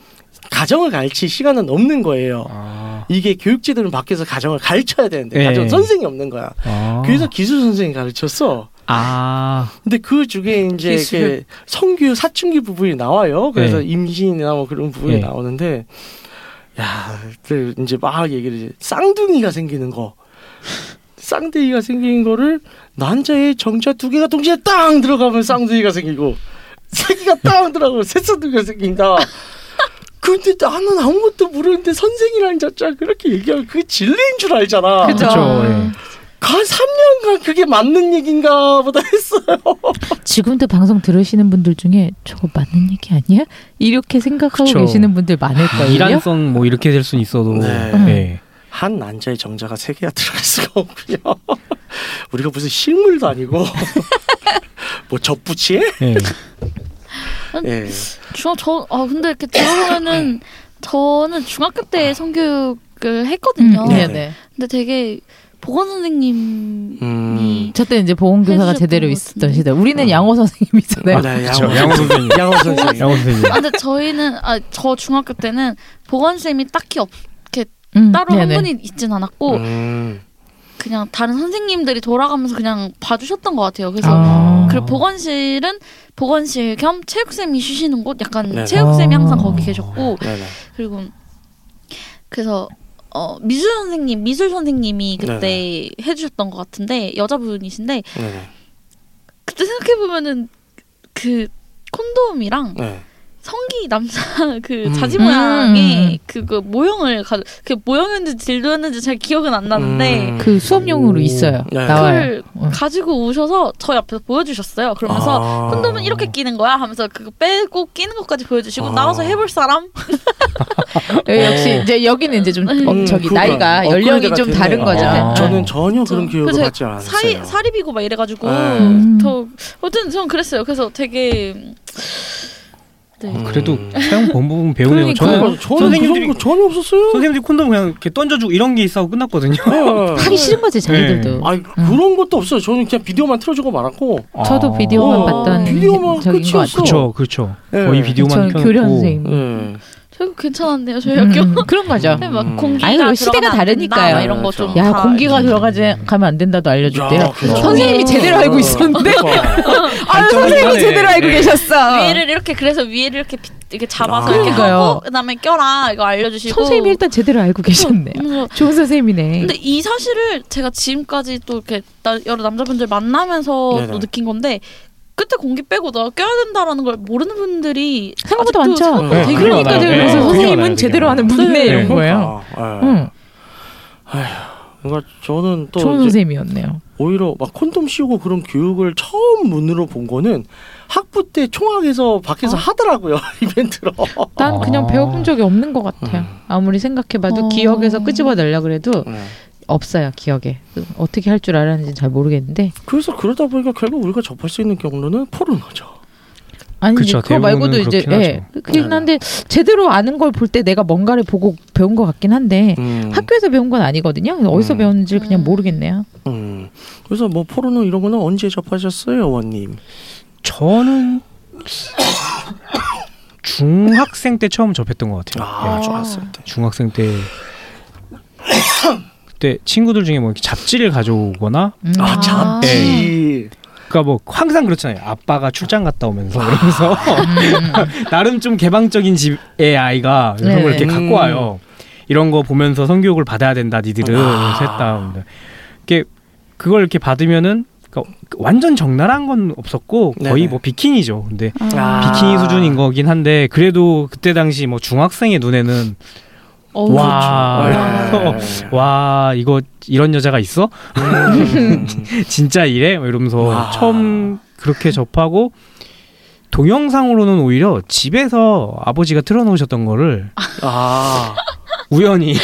가정을 가르칠 시간은 없는 거예요.
아.
이게 교육제도는 밖에서 가정을 가르쳐야 되는데
예.
가정 선생이 없는 거야.
아.
그래서 기술 선생이 가르쳤어.
아.
근데 그 중에 이제
기술.
이렇게 성규 사춘기 부분이 나와요. 그래서
예.
임신이나 뭐 그런 부분이
예.
나오는데 야, 그 이제 막 얘기를 이제 쌍둥이가 생기는 거. 쌍둥이가 생긴 거를 난자에 정자 두 개가 동시에 땅 들어가면 쌍둥이가 생기고 새끼가 땅 들어가면 새쌍둥이가 생긴다. 근데 나는 아무것도 모르는데 선생이라는 자자 그렇게 얘기하면 그게 진리인 줄 알잖아.
그죠.
그렇죠. 예.
한 3년간 그게 맞는 얘긴가 보다 했어요.
지금도 방송 들으시는 분들 중에 저거 맞는 얘기 아니야? 이렇게 생각하고
그쵸.
계시는 분들 많을
아,
거예요. 음.
이란성 뭐 이렇게 될 수는 있어도
네.
예.
한 난자의 정자가 세 개가 들어갈 수가 없군요. 우리가 무슨 식물도 아니고 뭐 접붙이에?
예.
예.
중저아 근데 이렇게 들어보면은 저는 중학교 때 성교육을 했거든요.
음,
네네.
근데 되게 보건 선생님
음.
저때 이제 보건교사가
해주셨던
제대로
것
있었던
같은데.
시대. 우리는
어.
양호 선생님이잖아요.
네,
그쵸.
양호
양호
선생님.
선생님.
양호 선생님.
양호 선생님.
아, 근데 저희는 아 저 중학교 때는 보건 쌤이 딱히 없,
음,
따로
네네.
한 분이 있진 않았고
음.
그냥 다른 선생님들이 돌아가면서 그냥 봐주셨던 것 같아요. 그래서
아.
그리고 보건실은 보건실 겸 체육쌤이 쉬시는 곳 약간
네네.
체육쌤이
아.
항상 거기 계셨고
네네.
그리고 그래서 어 미술 선생님 미술 선생님이 그때 해주셨던 것 같은데 여자분이신데
네네.
그때 생각해 보면은 그 콘돔이랑
네.
성기 남자 그
음.
자지
음.
모양의 그거 모형을 가져 그 모형이었는지 딜도였는지 잘 기억은 안 나는데
음.
그 수업용으로 있어요.
네.
나와요.
그걸
어.
가지고 오셔서 저 옆에서 보여주셨어요. 그러면서
아.
콘돔은 이렇게 끼는 거야 하면서 그거 빼고 끼는 것까지 보여주시고
아.
나와서 해볼 사람? 음,
예, 역시 이제 여기는 이제 좀 어,
음,
저기
그러니까.
나이가
음. 어,
연령이
그런
좀
데가
다른
있네요.
거죠.
아.
네.
저는 전혀 그런
그래서
기억을
제가
받지 않았어요.
사이, 사립이고 막 이래가지고
음.
네.
음, 더 어쨌든 저는 그랬어요. 그래서 되게 네.
그래도
음.
사용 방법은 배우네요.
그러니까.
저는
저는
선생님들이-
선생님들이 전혀 없었어요.
선생님들이 콘돔 그냥 이렇게 던져주고 이런 게 있어 끝났거든요.
네.
하기 싫은 거지 자기들도.
아니
음.
그런 것도 없어요. 저는 그냥 비디오만 틀어주고 말았고.
저도
아.
비디오만
어,
봤던
비디오만
적인 것
끝이었어.
같아요.
그렇죠, 그렇죠.
예.
거의 비디오만
저는
켜놓고.
교련 선생님.
음,
예.
저도 괜찮았네요. 저희 학교 네,
음, 음, 그렇죠. 그런 거죠.
음.
막 공기가
아니, 그리고
들어가면
시대가
안 된다,
다르니까요.
막 이런 거 좀
야,
야
다
공기가 들어가지 가면 안 된다도
야,
알려줄대요.
아, 네.
네.
그렇죠.
선생님이 제대로 알고 있었는데
그러니까.
아유 선생님이
발전하네.
제대로 알고
네.
계셨어.
위를 이렇게 그래서 위를 이렇게 빗- 이렇게 잡아서
아.
이렇게
아. 그러니까요.
하고 그다음에 껴라 이거 알려주시고 음.
선생님이 일단 제대로 알고 계셨네요.
그래서
좋은 선생님이네.
근데 이 사실을 제가 지금까지 또 이렇게 나, 여러 남자분들 만나면서
네네.
또 느낀 건데 끝에 공기 빼고 나 껴야 된다라는 걸 모르는 분들이
생각보다
아직도
많죠.
생각보다
네,
되게
그런 거
많아요.
그러니까
많아요.
그래서
네, 그게
선생님은
많아요,
제대로
그게
하는 분이네
네,
이런 거예요. 음.
아, 예.
응,
뭔가 저는 또
좋은
이제
선생님이었네요.
오히려 막 콘돔 씌우고 그런 교육을 처음 눈으로 본 거는 학부 때 총학에서
아.
밖에서 하더라고요 이벤트로.
난 그냥
아. 음.
배워본 적이 없는 것 같아요. 아무리 생각해봐도
어.
기억에서 끄집어내려 그래도
음.
없어요 기억에. 어떻게 할 줄 알았는지 잘 모르겠는데.
그래서 그러다 보니까 결국 우리가 접할 수 있는 경로는 포르노죠.
아니 이제
그쵸,
그거
대부분은
말고도 이제
그렇긴
예, 그렇긴
네.
한데 제대로 아는 걸 볼 때 내가 뭔가를 보고 배운 것 같긴 한데
음.
네. 학교에서 배운 건 아니거든요. 어디서
음.
배웠는지 그냥
음.
모르겠네요.
음. 그래서 뭐 포르노 이런 거는 언제 접하셨어요, 원님?
저는 중학생 때 처음 접했던 것 같아요.
아,
예.
좋았을 때.
중학생 때 그때 친구들 중에 뭐 이렇게 잡지를 가져오거나
음.
아, 잡지.
그러니까 뭐 항상 그렇잖아요. 아빠가 출장 갔다 오면서 그러면서 나름 좀 개방적인 집의 아이가 이런
네.
걸 이렇게
음.
갖고 와요. 이런 거 보면서 성교육을 받아야 된다, 니들은
아.
했다. 근데 이게 그걸 이렇게 받으면은 그러니까 완전 적나라한 건 없었고 거의
네네.
뭐 비키니죠. 근데
네.
아.
비키니 수준인 거긴 한데 그래도 그때 당시 뭐 중학생의 눈에는
어우,
그렇죠.
와.
네.
와 이거 이런 여자가 있어?
음.
진짜 이래? 막 이러면서
와.
처음 그렇게 접하고 동영상으로는 오히려 집에서 아버지가 틀어놓으셨던 거를
아.
우연히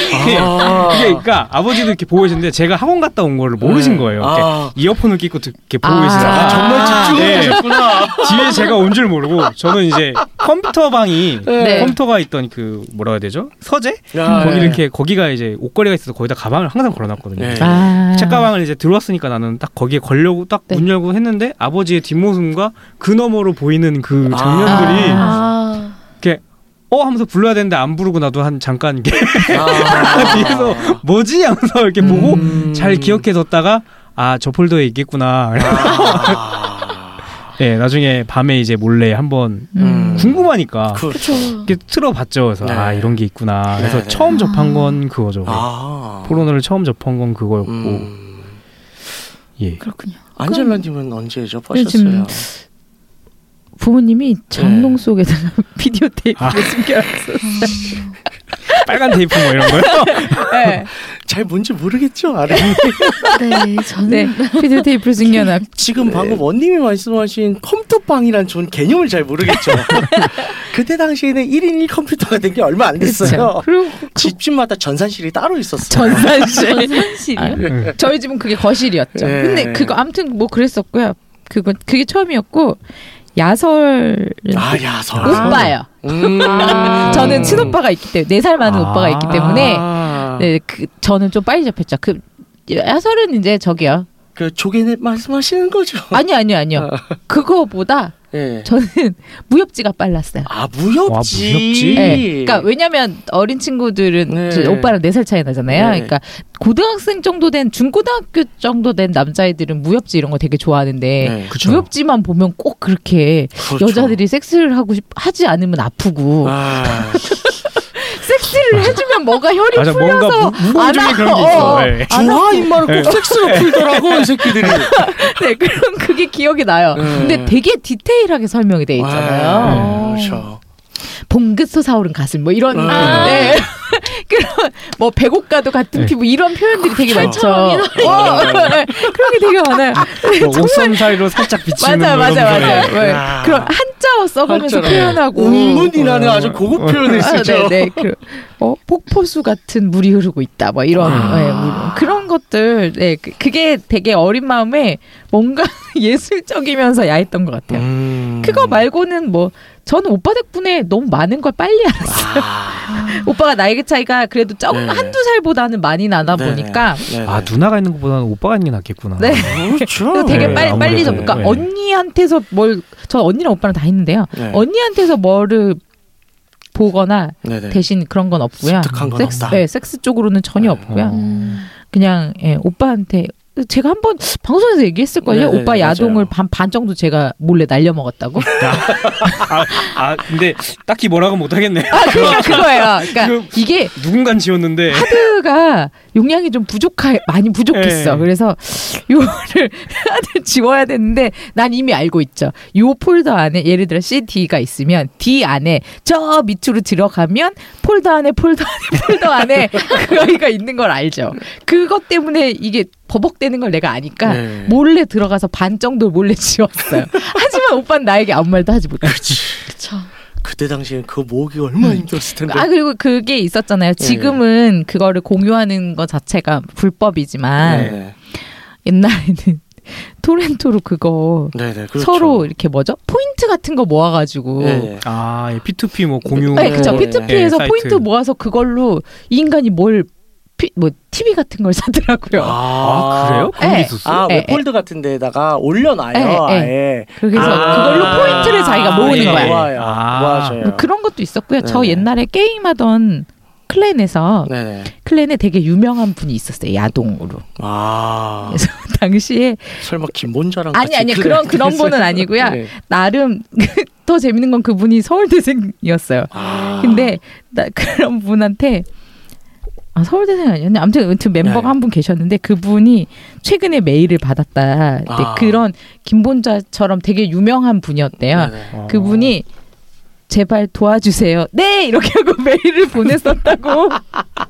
아.
이게 그러니까 아버지도 이렇게 보고 계시는데 제가 학원 갔다 온 거를 모르신
네.
거예요. 이렇게
아. 네.
이어폰을 끼고 듣- 이렇게 보고
아.
계시다가
아, 정말
집중하셨구나. 뒤에 제가 온 줄 모르고 저는 이제 컴퓨터 방이
네.
컴퓨터가 있던 그 뭐라 해야 되죠? 서재?
야,
거기
예.
이렇게 거기가 이제 옷걸이가 있어서 거기다 가방을 항상 걸어놨거든요.
네.
아. 네.
책가방을 이제 들어왔으니까 나는 딱 거기에 걸려고 딱 문 열고 했는데 아버지의 뒷모습과 그 너머로 보이는 그
아.
장면들이
아.
아.
어 하면서 불러야 되는데 안 부르고 나도 한 잠깐 이렇게
아.
뒤에서 뭐지 하면서 이렇게 보고
음.
잘 기억해뒀다가 아 저 폴더에 있겠구나.
아.
예 나중에 밤에 이제 몰래 한번
음.
궁금하니까 그렇죠.
그-
그쵸.
이렇게 틀어봤죠. 그래서
네.
아 이런 게 있구나. 그래서
네, 네.
처음 접한 건 그거죠.
아.
포르노를 처음 접한 건 그거였고 뭐.
음.
예.
그렇군요.
안젤라님은 언제 접하셨어요?
요즘- 부모님이 장롱 속에다가 비디오 테이프를
아.
숨겨놨어.
빨간 테이프 뭐 이런 거요?
네.
잘 뭔지 모르겠죠, 아래.
네, 저는
네, 비디오 테이프를 숨겨놨.
네.
지금 방금 원님이 말씀하신 컴퓨터방이란 전 개념을 잘 모르겠죠. 그때 당시에는 1인 1 컴퓨터가 된 게 얼마 안 됐어요.
그렇죠. 그리고 그
집집마다 전산실이 따로 있었어요.
전산실. 아,
전산실이요.
네.
저희 집은 그게 거실이었죠.
예.
근데 그거 아무튼 뭐 그랬었고요. 그건 그게 처음이었고 야설
네.
아, 야, 서
오빠예요.
음.
저는 친오빠가 있기 때문에 네 살 많은
아.
오빠가 있기 때문에
아.
네, 그 저는 좀 빨리 잡혔죠. 그 야설은 이제 저기요.
그 조개네 말씀하시는 거죠.
아니 아니 아니요. 그거보다
예.
저는 무협지가 빨랐어요.
아, 무협지.
와, 무협지?
예. 그러니까 왜냐면 어린 친구들은
네.
저 오빠랑 네 살 차이 나잖아요.
네.
그러니까 고등학생 정도 된 중고등학교 정도 된 남자애들은 무협지 이런 거 되게 좋아하는데
네.
그쵸.
무협지만 보면 꼭 그렇게
그렇죠.
여자들이 뭐 섹스를 하고 싶, 하지 않으면 아프고
아,
섹스를 해주면 뭐가 혈이
맞아 뭔가
풀려서
무- 무공중에
안
그런 게
하-
있어.
어,
예.
중화 인마를 꼭 섹스로 풀더라고 이 새끼들이.
네 그런 그게 기억이 나요.
네.
근데 되게 디테일하게 설명이 돼 네, 있잖아요.
아, 그렇죠.
봉긋 솟아오른 가슴 뭐 이런
아.
네. 그런 뭐 백옥가도 같은
네.
피부 뭐 이런 표현들이 되게 많죠.
철철함이나
어, 네. 그런 게 되게 많아요. 네,
뭐 옷선 사이로 살짝 비치는
맞아
뭐
맞아
이런 거예요.
맞아. 네.
아.
그런 한자어 써가면서
한자로.
표현하고
네. 운문이라는 아주 고급 표현을
아,
쓰죠.
네, 네. 그, 어, 폭포수 같은 물이 흐르고 있다. 뭐 이런
아.
예, 물. 그런 것들. 네, 그, 그게 되게 어린 마음에 뭔가 예술적이면서 야했던 것 같아요.
음.
그거 말고는 뭐 저는 오빠 덕분에 너무 많은 걸 빨리 알았어요.
아,
오빠가 나이 차이가 그래도 조금
네.
한두 살보다는 많이 나다
네네.
보니까
네네.
아 누나가 있는 것보다는 오빠가 있는 게 낫겠구나.
네.
그렇죠.
그래서 되게
네,
빨리 빨리
아무래도.
접. 그러니까
네.
언니한테서 뭘 저 언니랑 오빠랑 다 했는데요.
네.
언니한테서 뭐를 보거나
네네.
대신 그런 건 없고요.
습득한 건
섹스,
없다.
네, 섹스 쪽으로는 전혀
네.
없고요.
음.
그냥 예, 오빠한테 제가 한번 방송에서 얘기했을 거예요.
네네,
오빠
맞아요.
야동을 반, 반 정도 제가 몰래 날려 먹었다고.
아, 아 근데 딱히 뭐라고 못 하겠네.
아 그러니까 그거예요. 그러니까
그-
이게
누군간 지웠는데
샤프가 용량이 좀 부족하 많이 부족했어.
예.
그래서 요거를 하나 지워야 되는데 난 이미 알고 있죠. 요 폴더 안에 예를 들어 CD가 있으면 D 안에 저 밑으로 들어가면 폴더 안에 폴더 안에 폴더 안에 그아이가 있는 걸 알죠. 그것 때문에 이게 버벅대는 걸 내가 아니까
네.
몰래 들어가서 반 정도 몰래 지웠어요. 하지만 오빠는 나에게 아무 말도 하지 못했어.
그쵸.
그때 당시엔 그 모으기 얼마나 힘들었을 텐데.
아 그리고 그게
예,
있었잖아요. 지금은 그거를 공유하는 것 자체가 불법이지만
네.
옛날에는 토렌토로 그거
네, 네, 그렇죠.
서로 이렇게 뭐죠? 포인트 같은 거 모아가지고
예, 예.
아, 예, P2P 뭐 공유.
네, 그쵸.
네,
P2P에서
네,
포인트
사이트.
모아서 그걸로 이 인간이 뭘, 피, 뭐, TV 같은 걸 사더라고요.
아, 그래요? 그런
네.
게 있었어?
아,
예,
웹폴드 같은 데다가 올려놔요.
예, 예.
아예.
그래서
아. 그렇죠. 예.
그걸로 포인트를 자기가 모으는
예.
거야. 뭐
모아요.
아.
모아줘요.
그런 것도 있었고요. 저
네.
옛날에 게임하던 클랜에서
네네.
클랜에 되게 유명한 분이 있었어요. 야동으로.
아,
그래서 당시에
설마 김본자랑
아니 아니 그런 그런 분은 아니고요.
네.
나름 더 재밌는 건 그분이 서울대생이었어요.
아,
근데 나 그런 분한테 아 서울대생 아니었냐 아무튼 아무튼 멤버가
네.
한 분 계셨는데 그분이 최근에 메일을 받았다 근데
아.
그런 김본자처럼 되게 유명한 분이었대요
네네.
어.
그분이 제발 도와주세요 네 이렇게 하고 메일을 보냈었다고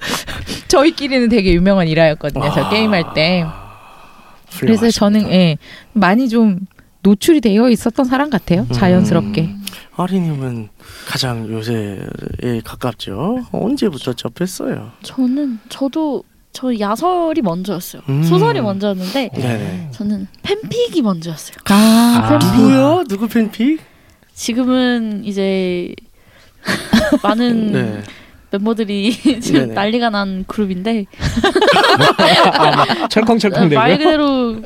저희끼리는 되게 유명한 일화였거든요 저
와.
게임할 때 그래서
훌륭하십니다.
저는 예 많이 좀 노출이 되어 있었던 사람 같아요 자연스럽게
음. 아리님은 가장 요새에 가깝죠. 언제부터 접했어요?
저는 저도 저 야설이 먼저였어요.
음.
소설이 먼저였는데
예.
네네.
저는 팬픽이 먼저였어요.
아,
아.
누구요? 누구 팬픽?
지금은 이제
음.
많은
네.
멤버들이 지금
네네.
난리가 난 그룹인데
철컹철컹 되고요.
말 그대로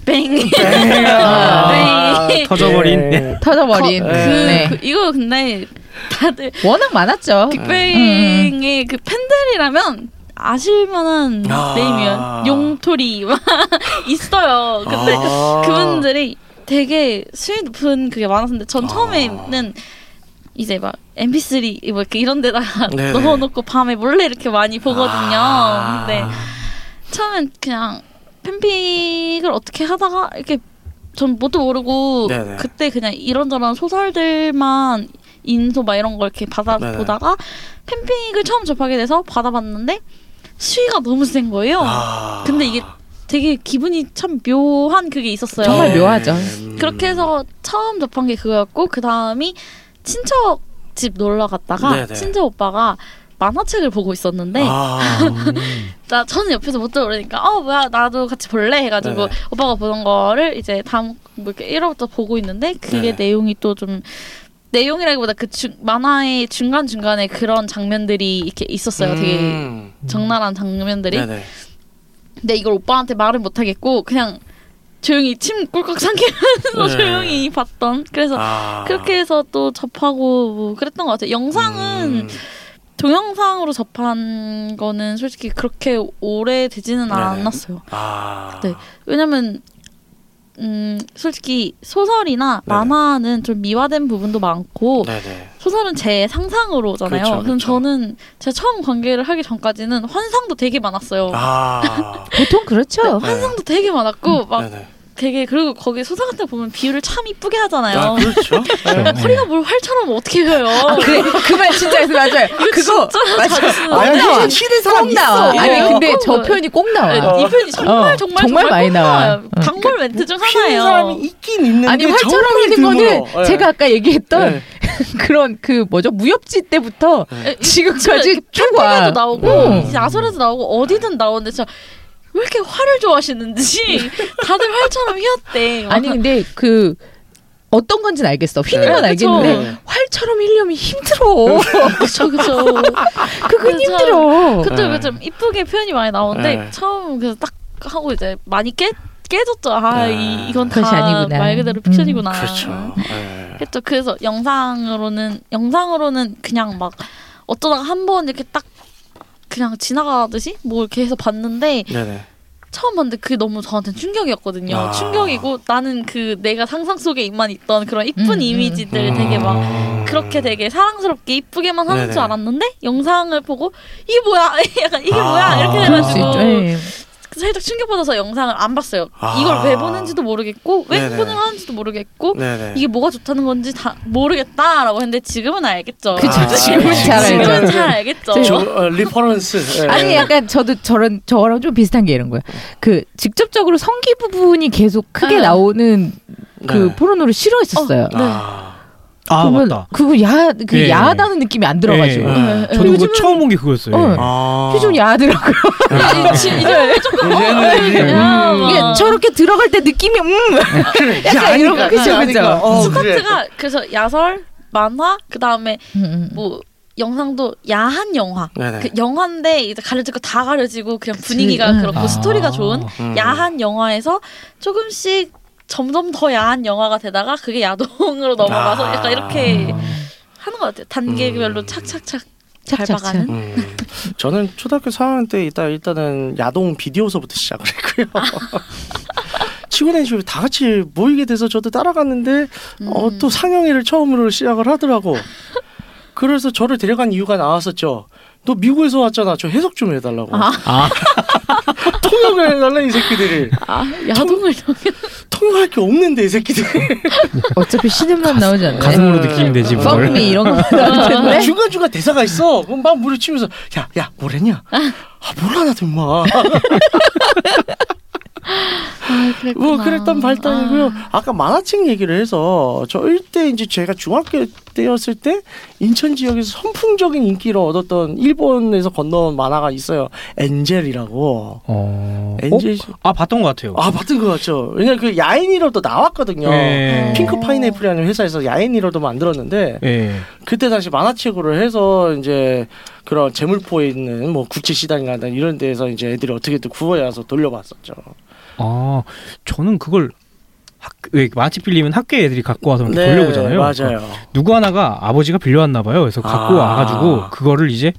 저뱅
아,
뱅.
터져버린.
네. 네.
터져버린
그,
네.
그 이거 근데 다들
워낙 많았죠.
그 빅뱅의 그 팬들이라면 아실만한
아.
네임이요. 용토리 막 있어요. 근데
아.
그분들이 되게 수위 높은 그게 많았는데 전
아.
처음에는 이제 막 MP3 뭐 이렇게 이런 데다가
네네.
넣어놓고 밤에 몰래 이렇게 많이 보거든요.
아.
근데 처음엔 그냥 팬픽을 어떻게 하다가 이렇게 전 뭣도 모르고
네네.
그때 그냥 이런저런 소설들만 인소 막 이런 걸 이렇게
네네.
받아보다가 팬픽을 처음 접하게 돼서 받아봤는데 수위가 너무 센 거예요.
아.
근데 이게 되게 기분이 참 묘한 그게 있었어요.
정말 묘하죠.
음.
네. 그렇게 해서 처음 접한 게 그거였고 그 다음이 친척 집 놀러 갔다가
네네.
친척 오빠가 만화책을 보고 있었는데
아.
나 저는 옆에서 못 들어오니까 어 뭐야 나도 같이 볼래 해가지고
네네.
오빠가 보던 거를 이제 다음 뭐 이렇게 1화부터 보고 있는데 그게
네네.
내용이 또 좀 내용이라기보다 그 중, 만화의 중간 중간에 그런 장면들이 이렇게 있었어요. 되게
음.
적나라한 장면들이.
네네.
근데 이걸 오빠한테 말을 못 하겠고 그냥 조용히 침 꿀꺽 삼키면서
네.
조용히 봤던. 그래서
아.
그렇게 해서 또 접하고 뭐 그랬던 것 같아요. 영상은
음.
동영상으로 접한 거는 솔직히 그렇게 오래 되지는
네네.
않았어요.
아.
네. 왜냐면 음 솔직히 소설이나
네네.
만화는 좀 미화된 부분도 많고
네네.
소설은 제 상상으로잖아요.
그렇죠,
그럼
그렇죠.
저는 제가 처음 관계를 하기 전까지는 환상도 되게 많았어요.
아.
보통 그렇죠.
네. 음,
환상도 되게 많았고 막
네네.
되게 그리고 거기 소설 같은 거 보면 비율을 참 이쁘게 하잖아요.
아, 그렇죠. 네.
허리가 뭘 활처럼 어떻게 펴요?
그래 그 말 진짜 해서 맞아요. 그거
자주 쓰는
아,
아니,
나와.
신의 사람
꼭 나와.
있어.
아니
이거
근데
꼭
저
나와.
표현이 꼭 나와.
네, 이 편이 정말
아. 어,
정말
정말
정말
많이
꼭
나와. 어. 그
나와요.
응.
단골 멘트 중
피는 사람이
하나예요.
있긴 있는데
아니
네. 정말
활처럼 있는 거는
드물어. 예.
제가 아까 얘기했던
예.
그런 그 뭐죠 무협지 때부터
네.
지금까지 쭉 와.
도그 나오고
음.
야설에도 나오고 어디든 나오는데 진짜 왜 이렇게 화를 좋아하시는지 다들 활처럼 휘었대.
아니 근데 그 어떤 건지는 알겠어. 휘는 건
네, 그쵸.
알겠는데
네.
활처럼 휘려면 힘들어.
그쵸 그쵸.
그건
그쵸.
어, 힘들어.
그쵸
네.
그쵸. 좀 이쁘게 표현이 많이 나오는데
네.
처음 그래서 딱 하고 이제 많이 깨 깨졌죠. 아
네.
이, 이건 다
그것이 아니구나.
말 그대로
음.
픽션이구나. 아.
그렇죠. 예.
했죠. 그래서 영상으로는 영상으로는 그냥 막 어쩌다가 한 번 이렇게 딱 그냥 지나가듯이 뭐 이렇게 해서 봤는데
네네.
처음 봤는데 그게 너무 저한테 충격이었거든요.
아.
충격이고 나는 그 내가 상상 속에 입만 있던 그런 이쁜
음,
이미지들
음.
되게 막 그렇게 되게 사랑스럽게 이쁘게만 하는
네네.
줄 알았는데 영상을 보고 이게 뭐야 약간 이게
아,
뭐야 이렇게
그럴 수 있죠.
해가지고
예.
살짝 충격받아서 영상을 안 봤어요.
아.
이걸 왜 보는지도 모르겠고 왜
네네.
오픈을 하는지도 모르겠고
네네.
이게 뭐가 좋다는 건지 다 모르겠다라고 했는데 지금은 알겠죠.
그쵸.
아,
지금은
네.
잘 알죠.
지금은 잘 알겠죠.
저 어, 리퍼런스. 예.
아니 약간 저도 저런 저랑 좀 비슷한 게 이런 거야. 그 직접적으로 성기 부분이 계속 크게
네.
나오는 그
네.
포르노를 싫어했었어요.
아,
아
그러면
맞다.
그거 야그
예.
야하다는 느낌이 안 들어가지고
예.
예.
네.
저도 그거
요즘은-
처음 본 게 그거였어요. 예.
어.
아.
좀 야하더라고요.
아. 네,
음.
이제는 이제
야, 막.
네. 이게 저렇게 들어갈 때 느낌이 음 약간 이런 거 그죠 그죠.
어,
스쿼트가 그래서 야설, 만화, 그 다음에 뭐 영상도 야한 영화.
네네.
그 영화인데 이제 가려질 거 다 가려지고 그냥 분위기가
응.
그렇고
아.
스토리가 좋은
음.
야한 영화에서 조금씩 점점 더 야한 영화가 되다가 그게 야동으로 넘어가서
아.
약간 이렇게 하는 것 같아요. 단계별로
음.
착착착
착착착.
밟아가는.
음. 저는 초등학교 4학년 때 일단 일단은 야동 비디오서부터 시작을 했고요. 친구 네 집에 다 같이 모이게 돼서 저도 따라갔는데 어, 또 상영회를 처음으로 시작을 하더라고. 그래서 저를 데려간 이유가 나왔었죠. 너 미국에서 왔잖아. 저 해석 좀 해달라고.
아.
통역을 해달라 이 새끼들이.
아, 야동을
통역할 게 없는데 이 새끼들이.
어차피 신음만 나오지 않나요?
가슴으로 느끼면 되지 뭐. 뭘.
펑미 이런 거
어,
나올 텐데.
중간 중간 대사가 있어. 그럼 막 물리치면서 야야 뭐랬냐? 아 몰라 나도 임마.
아, 그랬구나.
뭐 그랬던 발단이고요. 아. 까 만화책 얘기를 해서 저희 때 이제 제가 중학교 때였을 때 인천 지역에서 선풍적인 인기를 얻었던 일본에서 건너온 만화가 있어요. 엔젤이라고.
어.
엔젤.
어? 아 봤던 것 같아요.
아 봤던 것 같죠. 왜냐 그 야인이로도 나왔거든요.
네.
예.
핑크 파인애플이라는 회사에서 야인이로도 만들었는데
예.
그때 당시 만화책으로 해서 이제 그런 재물포에 있는 뭐 국제 시장이나 이런 데에서 이제 애들이 어떻게든 구해와서 돌려봤었죠.
아 저는 그걸 학교 왜 마치 빌리면 학교에 애들이 갖고 와서
네,
이렇게 음, 돌려보잖아요.
네,
어,
맞아요.
누구 하나가 아버지가 빌려왔나 봐요. 그래서 갖고
아.
와가지고 그거를 이제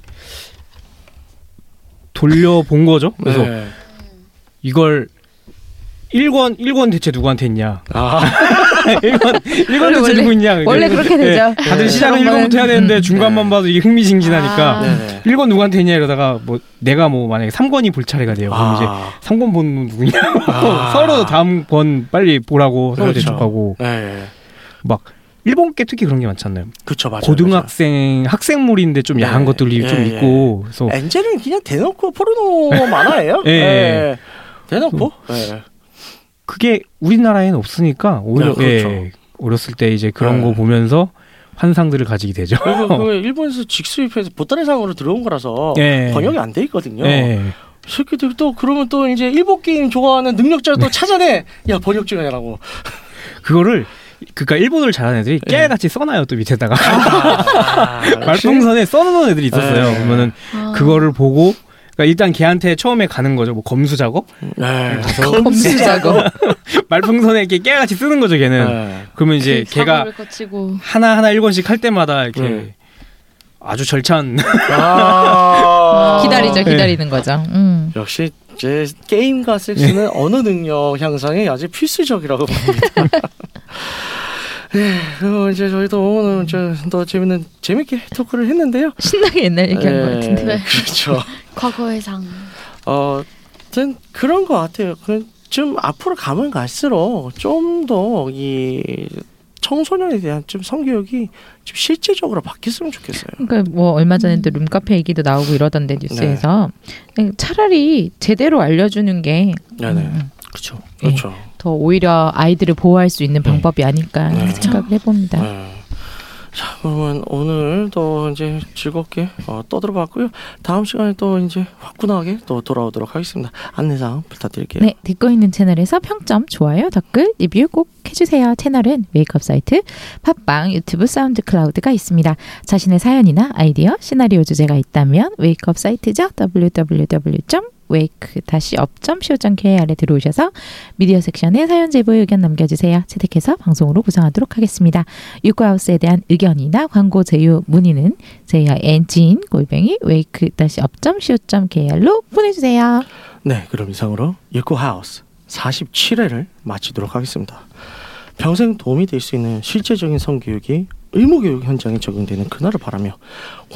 돌려본 거죠. 그래서
네.
이걸 1권 1권 대체 누구한테 있냐?
아.
1권 1권
원래-
대체 누구 있냐?
원래 그렇게 되죠.
예, 다들
네.
시작은
그런
1권부터 해야 되는데
음.
중간만 봐도 이게 흥미진진하니까
아.
네네.
1권 누구한테 있냐 이러다가 뭐 내가 뭐 만약에 3권이 볼 차례가 돼요.
아.
그럼 이제 3권 본 누구냐?
아.
서로 다음 권 빨리 보라고 서로
그렇죠.
대척하고
네.
막 일본 게 특히 그런 게 많잖아요.
그쵸 맞아요.
고등학생 학생물인데 좀
네.
야한 것들이 좀
예,
있고 그래서
맞아요. 엔젤은 그냥 대놓고 포르노 만화예요.
예. 그 아.
예. 대놓고. 예.
그게 우리나라에는 없으니까 오히려
네, 그렇죠.
예, 어렸을 때 이제 그런
네.
거 보면서 환상들을 가지게 되죠.
그리고 그 일본에서 직수입해서 보따리상으로 들어온 거라서
예.
번역이 안 돼 있거든요.
예.
새끼들 또 그러면 또 이제 일본 게임 좋아하는 능력자를
네.
또 찾아내. 야 번역 좀 해라고.
그거를 그러니까 일본어를 잘하는 애들이
예.
깨알같이 써놔요 또 밑에다가
아,
말풍선에 써놓은 애들이 있었어요.
예.
그러면은
아.
그거를 보고 그러니까 일단 걔한테 처음에 가는 거죠. 뭐 검수 작업,
네.
검수 작업.
말풍선에 이렇게 깨알같이 쓰는 거죠. 걔는
네.
그러면 이제 걔가
사고를 거치고
하나 하나 일권씩 할 때마다 이렇게
네.
아주 절찬
아.
예.
기다리죠, 기다리는 거죠. 음.
역시 이제 게임과 섹스는 어느 능력 향상이 아주 필수적이라고 봅니다. 네, 그럼 이제 저희도 오늘 좀더 재밌는 재밌게 토크를 했는데요.
신나게 옛날 얘기한 것 같은데.
예, 그렇죠.
과거의 상.
어, 아무튼 그런 것 같아요. 그, 좀 앞으로 가면 갈수록 좀 더 이 청소년에 대한 좀 성교육이 좀 실제적으로 바뀌었으면 좋겠어요.
그러니까 뭐 얼마 전에도 룸카페 얘기도 나오고 이러던데 뉴스에서 그냥 차라리 제대로 알려주는 게 더
네네.
그렇죠.
그렇죠.
오히려 아이들을 보호할 수
음.
있는 방법이 아닐까
네.
이렇게 생각을 해봅니다.
네. 자, 그러면 오늘 또 이제 즐겁게 어, 떠들어봤고요. 다음 시간에 또 이제 화끈하게 또 돌아오도록 하겠습니다. 안내사항 부탁드릴게요.
네, 듣고 있는 채널에서 평점, 좋아요, 댓글, 리뷰 꼭 해주세요. 채널은 웨이크업 사이트, 팟빵, 유튜브, 사운드 클라우드가 있습니다. 자신의 사연이나 아이디어, 시나리오 주제가 있다면 웨이크업 사이트죠. www.wake-up.co.kr에 들어오셔서 미디어 섹션에 사연 제보의 의견 남겨주세요. 채택해서 방송으로 구성하도록 하겠습니다. 유쿠하우스에 대한 의견이나 광고 제휴 문의는 jingin 골뱅이 wake-up.co.kr로 보내주세요.
네, 그럼 이상으로 육구 하우스 47회를 마치도록 하겠습니다. 평생 도움이 될 수 있는 실제적인 성교육이 의무교육 현장에 적용되는 그날을 바라며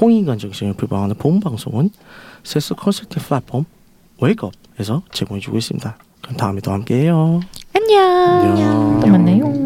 홍익관 정신을 표방하는 본 방송은 세스 컨설팅 플랫폼 웨이크업에서 제공해주고 있습니다. 그럼 다음에 또 함께해요.
안녕.
안녕.
또 만나요.